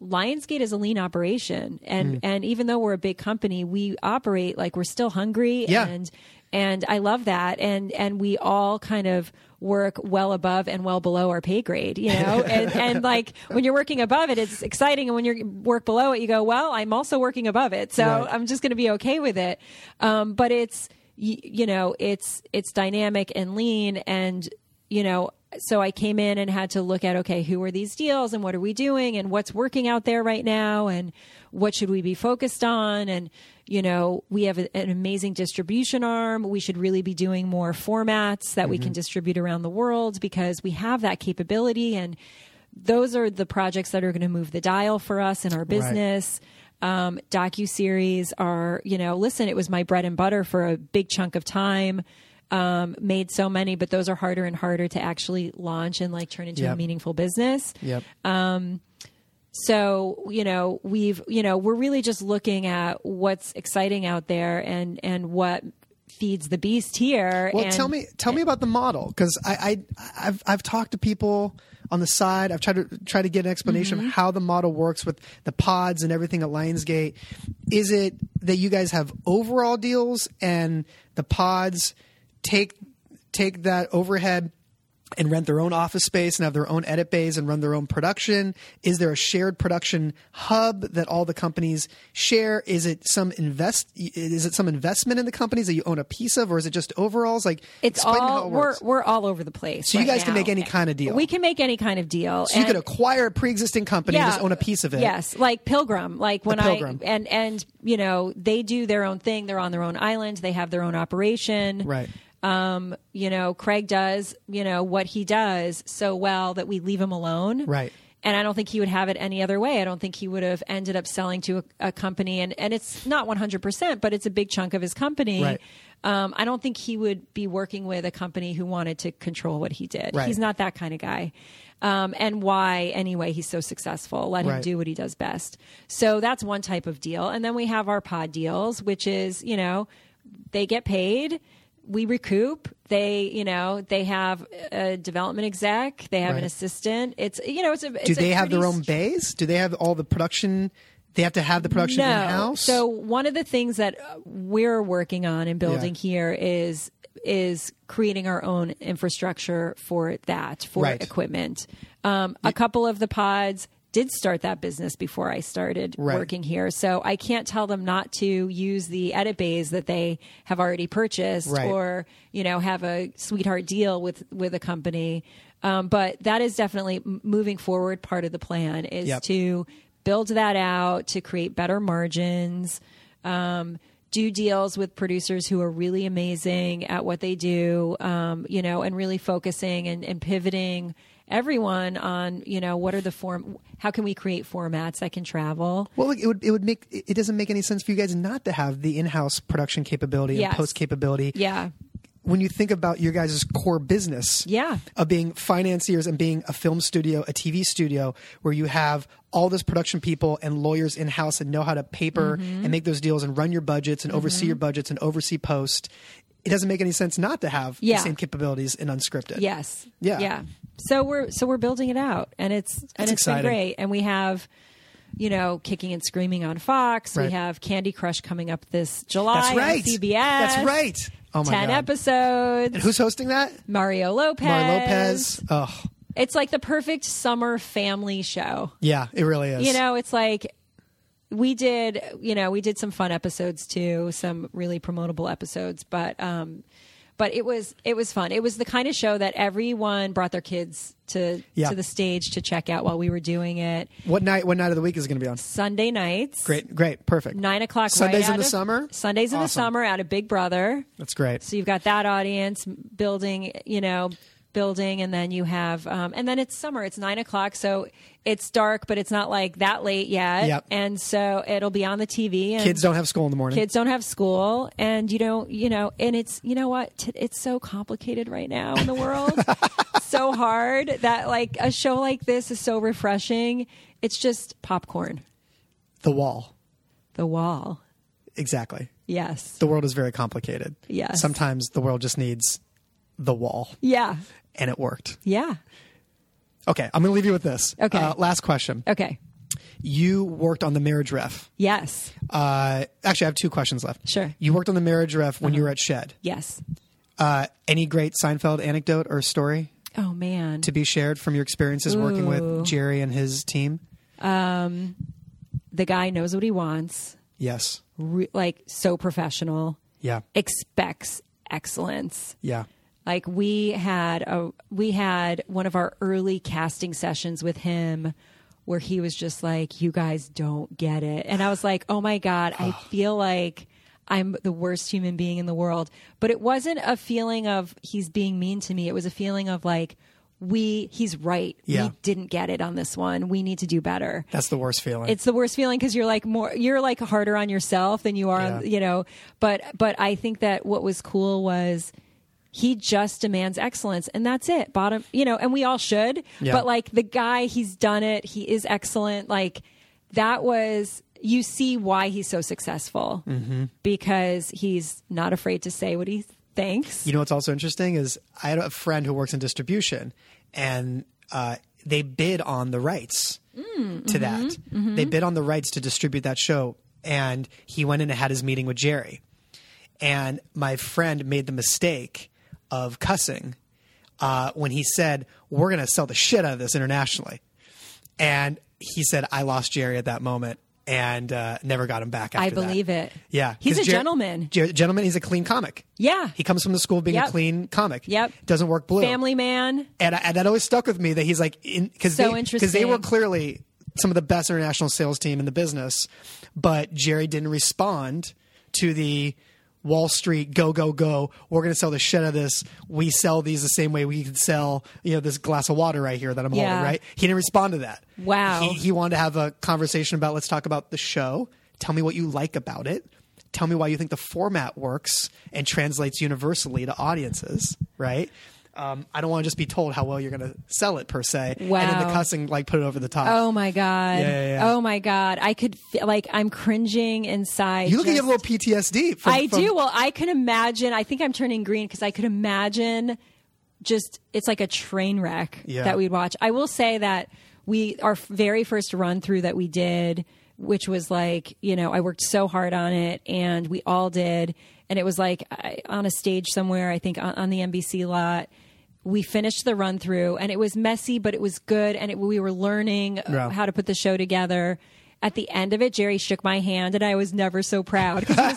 S2: lionsgate is a lean operation
S1: Mm.
S2: and and even though we're a big company we operate like we're still hungry
S1: Yeah.
S2: and and i love that and and we all kind of work well above and well below our pay grade you know and and like when you're working above it it's exciting and when you work below it you go well i'm also working above it so
S1: Right.
S2: i'm just going to be okay with it um, but it's y- you know it's it's dynamic and lean and you know so i came in and had to look at okay who are these deals and what are we doing and what's working out there right now and what should we be focused on and you know we have a- an amazing distribution arm we should really be doing more formats that we can distribute around the world because we have that capability and those are the projects that are going to move the dial for us in our business um, docu series are you know listen it was my bread and butter for a big chunk of time um, made so many but those are harder and harder to actually launch and like turn into a
S1: Yep.
S2: meaningful business
S1: yep.
S2: um, so you know we've you know we're really just looking at what's exciting out there and and what feeds the beast here
S1: Well,
S2: and
S1: tell me, tell me about the model because I, I, I've, I've talked to people on the side. I've tried to try to get an explanation
S2: Mm-hmm.
S1: of how the model works with the pods and everything at Lionsgate. Is it that you guys have overall deals and the pods take take that overhead? And rent their own office space and have their own edit bays and run their own production? Is there a shared production hub that all the companies share? Is it some invest? Is it some investment in the companies that you own a piece of, or is it just overalls? Like
S2: it's
S1: Explain
S2: all
S1: how it works.
S2: we're we're all over the place
S1: So you
S2: right
S1: guys can
S2: now.
S1: make any kind of deal.
S2: we can make any kind of deal
S1: so you
S2: and-
S1: could acquire a pre-existing company and just own a piece of it.
S2: Yes, like Pilgrim. Like when
S1: Pilgrim.
S2: I and and you know they do their own thing. They're on their own island. They have their own operation.
S1: Right.
S2: Um, you know, Craig does you know what he does so well that we leave him alone.
S1: Right.
S2: And I don't think he would have it any other way. I don't think he would have ended up selling to a, a company. And, and it's not 100%, but it's a big chunk of his company.
S1: Right.
S2: Um, I don't think he would be working with a company who wanted to control what he did.
S1: Right.
S2: He's not that kind of guy. Um, and why, anyway, he's so successful. Let
S1: Right.
S2: him do what he does best. So that's one type of deal. And then we have our pod deals, which is, you know, they get paid. We recoup. They, you know, they have a development exec. They have
S1: Right.
S2: an assistant. It's, you know, it's a.
S1: Do they have their own bays? Do they have all the production? They have to have the production in house.
S2: So one of the things that uh, we're working on and building
S1: Yeah.
S2: here is is creating our own infrastructure for that for
S1: Right.
S2: equipment. Um, a couple of the pods did start that business before I started
S1: Right.
S2: working here, so I can't tell them not to use the edit bays that they have already purchased
S1: Right.
S2: or you know have a sweetheart deal with with a company. Um, but that is definitely m- moving forward. Part of the plan is
S1: Yep.
S2: to to build that out to create better margins um, do deals with producers who are really amazing at what they do um, you know and really focusing and, and pivoting everyone on you know what are the form how can we create formats that can travel
S1: well, look, it would it would make it doesn't make any sense for you guys not to have the in-house production capability
S2: Yes.
S1: and post capability.
S2: yeah
S1: When you think about your guys' core business,
S2: Yeah.
S1: of being financiers and being a film studio, a TV studio, where you have all this production people and lawyers in house and know how to paper
S2: Mm-hmm.
S1: and make those deals and run your budgets and oversee your budgets and oversee post. It doesn't make any sense not to have
S2: Yeah.
S1: the same capabilities in unscripted.
S2: Yes.
S1: Yeah.
S2: Yeah. So we're so we're building it out, and it's and
S1: That's
S2: it's
S1: exciting.
S2: been great. And we have, you know, kicking and screaming on Fox.
S1: Right.
S2: We have Candy Crush coming up this July.
S1: That's
S2: on
S1: right.
S2: CBS.
S1: That's right. Oh my
S2: Ten
S1: god.
S2: episodes.
S1: Who's hosting that?
S2: Mario Lopez.
S1: Mario Lopez. Oh,
S2: It's like the perfect summer family show.
S1: Yeah, it really is.
S2: You know, it's like we did, you know, we did some fun episodes too, some really promotable episodes, but um but it was it was fun. It was the kind of show that everyone brought their kids to
S1: Yeah.
S2: to the stage to check out while we were doing it.
S1: what night? What night of the week is it going to be on?
S2: Sunday nights.
S1: Great, great, perfect.
S2: Nine o'clock.
S1: Sundays
S2: right
S1: in
S2: out
S1: the
S2: of-
S1: summer?
S2: Sundays in the
S1: Awesome.
S2: summer out of Big Brother.
S1: That's great.
S2: So you've got that audience building, you know, building, and then you have, um, and then it's summer. It's nine o'clock, so it's dark, but it's not like that late yet.
S1: Yep.
S2: And so it'll be on the TV. And
S1: Kids don't have school in the morning.
S2: kids don't have school, and you don't, you know, and it's, you know what? T- It's so complicated right now in the world, so hard that like a show like this is so refreshing. It's just popcorn.
S1: The wall.
S2: The wall.
S1: Exactly.
S2: Yes.
S1: The world is very complicated.
S2: Yes.
S1: Sometimes the world just needs the wall,
S2: Yeah.
S1: and it worked.
S2: Yeah.
S1: Okay, I'm going to leave you with this.
S2: Okay.
S1: Uh, last question.
S2: Okay.
S1: You worked on the marriage ref.
S2: Yes.
S1: Uh, actually, I have two questions left.
S2: Sure.
S1: You worked on the marriage ref when you were at Shed.
S2: Yes.
S1: Uh, any great Seinfeld anecdote or story
S2: Oh man.
S1: to be shared from your experiences working
S2: Ooh.
S1: with Jerry and his team?
S2: the guy knows what he wants,
S1: Yes.
S2: re- like so professional,
S1: Yeah.
S2: expects excellence.
S1: Yeah.
S2: Like we had a we had one of our early casting sessions with him where he was just like, "You guys don't get it," and I was like, "Oh my god, I feel like." I'm the worst human being in the world. But it wasn't a feeling of he's being mean to me. It was a feeling of like, we, he's right.
S1: Yeah.
S2: We didn't get it on this one. We need to do better.
S1: That's the worst feeling.
S2: it's the worst feeling because you're like more you're like harder on yourself than you are on
S1: Yeah.
S2: you know but but i think that what was cool was he just demands excellence and that's it bottom you know and we all should
S1: Yeah.
S2: but like the guy he's done it he is excellent like that was you see why he's so successful
S1: Mm-hmm.
S2: because he's not afraid to say what he thinks
S1: You know what's also interesting is I had a friend who works in distribution, and uh, they bid on the rights
S2: Mm,
S1: to that.
S2: mm-hmm,
S1: They bid on the rights to distribute that show, and he went in and had his meeting with Jerry. And my friend made the mistake of cussing uh, when he said, "We're going to sell the shit out of this internationally," and he said, "I lost Jerry at that moment." And uh, never got him back. After
S2: i
S1: that.
S2: believe it
S1: Yeah,
S2: he's
S1: 'cause
S2: a
S1: Jer-
S2: gentleman
S1: Jer- gentleman, he's a clean comic.
S2: Yeah.
S1: he comes from the school of being
S2: Yep.
S1: a clean comic.
S2: Yep.
S1: doesn't work blue.
S2: family man
S1: and, I, and that always stuck with me that he's like because
S2: So
S1: they because they
S2: interesting.
S1: were clearly some of the best international sales team in the business, but Jerry didn't respond to the. Wall Street, go go go! We're going to sell the shit out of this. We sell these the same way we could sell, you know, this glass of water right here that I'm
S2: Yeah.
S1: holding. Right? He didn't respond to that.
S2: Wow.
S1: He, he wanted to have a conversation about let's talk about the show. Tell me what you like about it. Tell me why you think the format works and translates universally to audiences, right? Um, I don't want to just be told how well you're going to sell it per se, and then the
S2: Wow.
S1: cussing like put it over the top.
S2: Oh my god!
S1: Yeah, yeah, yeah.
S2: Oh my god! I could feel like I'm cringing inside.
S1: you look at
S2: just-
S1: you have a little PTSD. From,
S2: I
S1: from-
S2: do. Well, I can imagine. I think I'm turning green because I could imagine. Just it's like a train wreck
S1: Yeah.
S2: that we'd watch. I will say that we our very first run through that we did, which was like you know I worked so hard on it, and we all did, and it was like I, on a stage somewhere. I think on, on the NBC lot. We finished the run through, and it was messy, but it was good, and it, we were learning uh,
S1: Yeah.
S2: how to put the show together. At the end of it, Jerry shook my hand, and I was never so proud because he was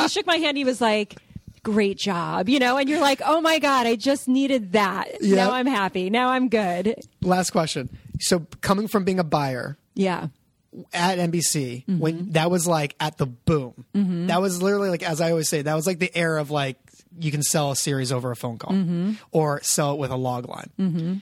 S2: he shook my hand, he was like, "Great job," you know, and you're like, "Oh my god, I just needed that.
S1: Yeah.
S2: Now I'm happy. Now I'm good."
S1: Last question. So coming from being a buyer,
S2: Yeah,
S1: at NBC
S2: Mm-hmm.
S1: when that was like at the boom. That was literally like as I always say, that was like the era of like you can sell a series over a phone call
S2: Mm-hmm.
S1: or sell it with a log line.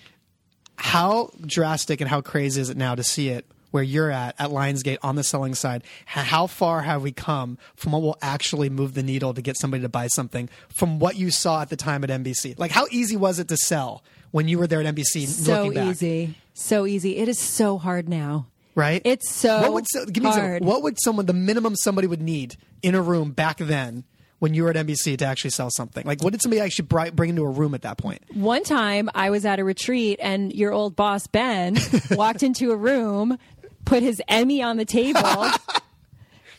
S1: How drastic and how crazy is it now to see it where you're at at Lionsgate on the selling side? H- How far have we come from what will actually move the needle to get somebody to buy something from what you saw at the time at NBC? Like how easy was it to sell when you were there at NBC?
S2: so
S1: looking back?
S2: easy, so easy. It is so hard now.
S1: right?
S2: It's so
S1: what would so, give me a second.
S2: hard.
S1: what would someone the minimum somebody would need in a room back then when you were at NBC to actually sell something? Like, what did somebody actually bri- bring into a room at that point?
S2: One time I was at a retreat and your old boss, Ben, walked into a room, put his Emmy on the table,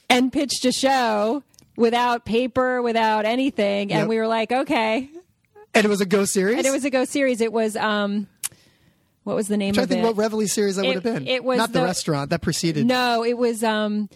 S2: and pitched a show without paper, without anything.
S1: Yep.
S2: And we were like, okay.
S1: And it was a Go series.
S2: And it was a Go series. It was, um, What was the name
S1: Try to
S2: of
S1: think
S2: it?
S1: what Reveille series that
S2: It-
S1: would have been.
S2: it was
S1: not the,
S2: the-
S1: restaurant that preceded.
S2: no, it was. um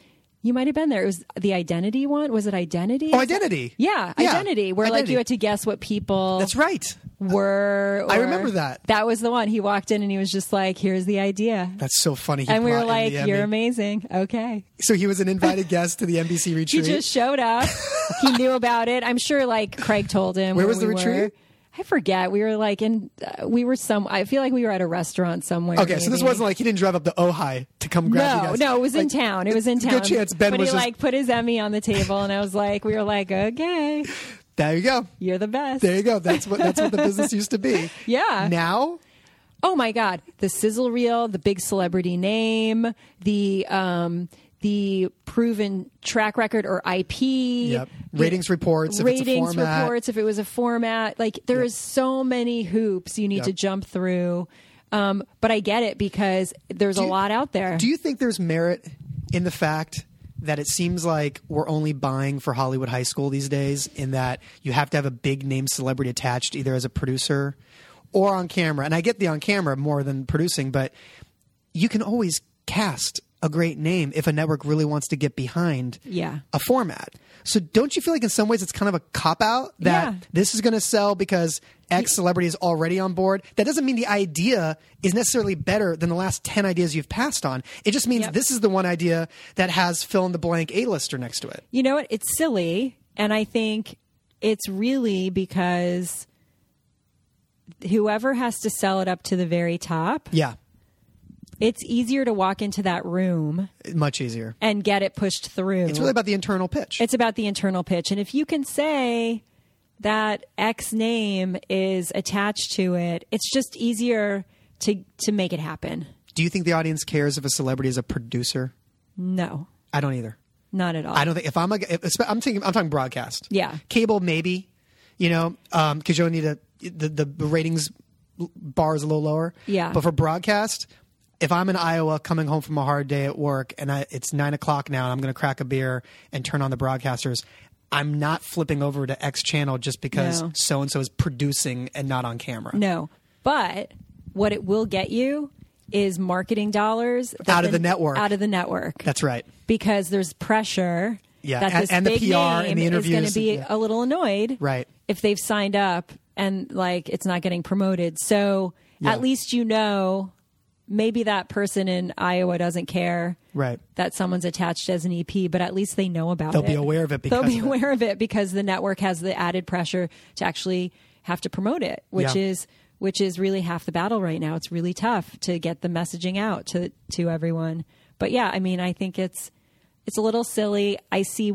S2: You might have been there. It was the identity one. Was it identity?
S1: Oh, Identity.
S2: Yeah,
S1: Yeah,
S2: identity. Where like
S1: Identity.
S2: you had to guess what people
S1: That's right.
S2: were.
S1: I
S2: or-
S1: remember that.
S2: That was the one. He walked in and he was just like, "Here's the idea,"
S1: That's so funny. He
S2: and we were
S1: brought in
S2: like,
S1: the
S2: "You're
S1: Emmy.
S2: amazing." Okay.
S1: so he was an invited guest to the NBC
S2: He
S1: retreat.
S2: just showed up. he knew about it. I'm sure like Craig told him.
S1: Where was the
S2: we were.
S1: retreat?
S2: I forget. We were like in, uh, we were some, I feel like we were at a restaurant somewhere.
S1: okay, so this
S2: maybe.
S1: wasn't like he didn't drive up to Ojai to come grab you
S2: No,
S1: guys.
S2: no, it was in
S1: Like,
S2: town. It was in
S1: good
S2: town.
S1: chance Ben
S2: but
S1: was
S2: he
S1: just-
S2: like put his Emmy on the table, and I was like, we were like, okay,
S1: There you go.
S2: you're the best.
S1: There you go. That's what that's what the business used to be.
S2: Yeah.
S1: Now
S2: oh my god the sizzle reel the big celebrity name the um the proven track record or ip
S1: Yep. Ratings reports, if it's a
S2: ratings
S1: format.
S2: reports if it was a format like there is so many hoops you
S1: Yep.
S2: need to jump through um, but i get it because there's a
S1: you-
S2: lot out there
S1: Do you think there's merit in the fact that it seems like we're only buying for Hollywood high school these days, in that you have to have a big name celebrity attached either as a producer or on camera? And I get the on camera more than producing, but you can always cast a great name if a network really wants to get behind
S2: Yeah.
S1: a format. So don't you feel like in some ways it's kind of a cop out that
S2: Yeah.
S1: this is going to sell because X celebrity is already on board? That doesn't mean the idea is necessarily better than the last 10 ideas you've passed on. It just means
S2: Yep.
S1: this is the one idea that has fill in the blank A-lister next to it.
S2: you know what? It's silly. And I think it's really because whoever has to sell it up to the very top,
S1: Yeah.
S2: it's easier to walk into that room
S1: Much easier.
S2: and get it pushed through.
S1: It's really about the internal pitch.
S2: It's about the internal pitch. And if you can say that X name is attached to it, it's just easier to to make it happen.
S1: Do you think the audience cares if a celebrity is a producer?
S2: No,
S1: I don't either.
S2: not at all.
S1: I don't think if I'm a, if, I'm thinking I'm talking broadcast.
S2: Yeah.
S1: cable maybe, you know, because you don't need a the the the ratings bar is a little lower.
S2: Yeah.
S1: but for broadcast, if I'm in Iowa coming home from a hard day at work and I, it's nine o'clock now and I'm going to crack a beer and turn on the broadcasters. I'm not flipping over to X channel just because
S2: No.
S1: so and so is producing and not on camera.
S2: No, but what it will get you is marketing dollars that
S1: Out of the network.
S2: Out of the network,
S1: That's right.
S2: because there's pressure.
S1: Yeah,
S2: that
S1: and-
S2: this
S1: and the
S2: big
S1: PR and
S2: name
S1: the
S2: is going
S1: interviews,
S2: to be
S1: yeah.
S2: a little annoyed,
S1: Right.
S2: If they've signed up and like it's not getting promoted, so
S1: Yeah.
S2: at least you know maybe that person in Iowa doesn't care,
S1: Right.
S2: That someone's attached as an EP, but at least they know about
S1: They'll
S2: it.
S1: be aware of it because
S2: they'll be
S1: of it.
S2: aware of it because the network has the added pressure to actually have to promote it, which
S1: Yeah.
S2: is which is really half the battle right now. It's really tough to get the messaging out to to everyone. But yeah, I mean, I think it's it's a little silly. I see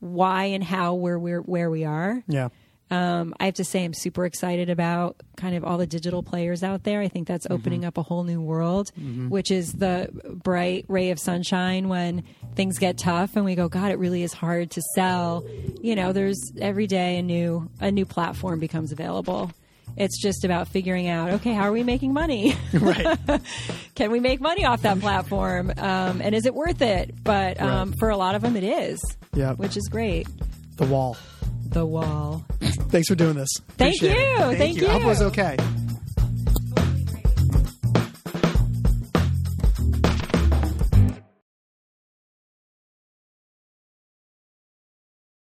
S2: why and how we're, we're where we are.
S1: Yeah.
S2: Um, I have to say, I'm super excited about kind of all the digital players out there. I think
S1: Mm-hmm.
S2: that's opening up a whole new world, which is the bright ray of sunshine when things get tough and we go, God, it really is hard to sell. You know, there's every day a new a new platform becomes available. It's just about figuring out, okay, how are we making money?
S1: Right.
S2: Can we make money off that platform? Um, and is it worth it? But um,
S1: Right.
S2: for a lot of them, it is,
S1: Yeah.
S2: which is great.
S1: the wall.
S2: The wall.
S1: Thanks for doing this.
S2: Thank
S1: Appreciate it.
S2: you. Thank
S1: I hope it was
S2: you.
S1: okay.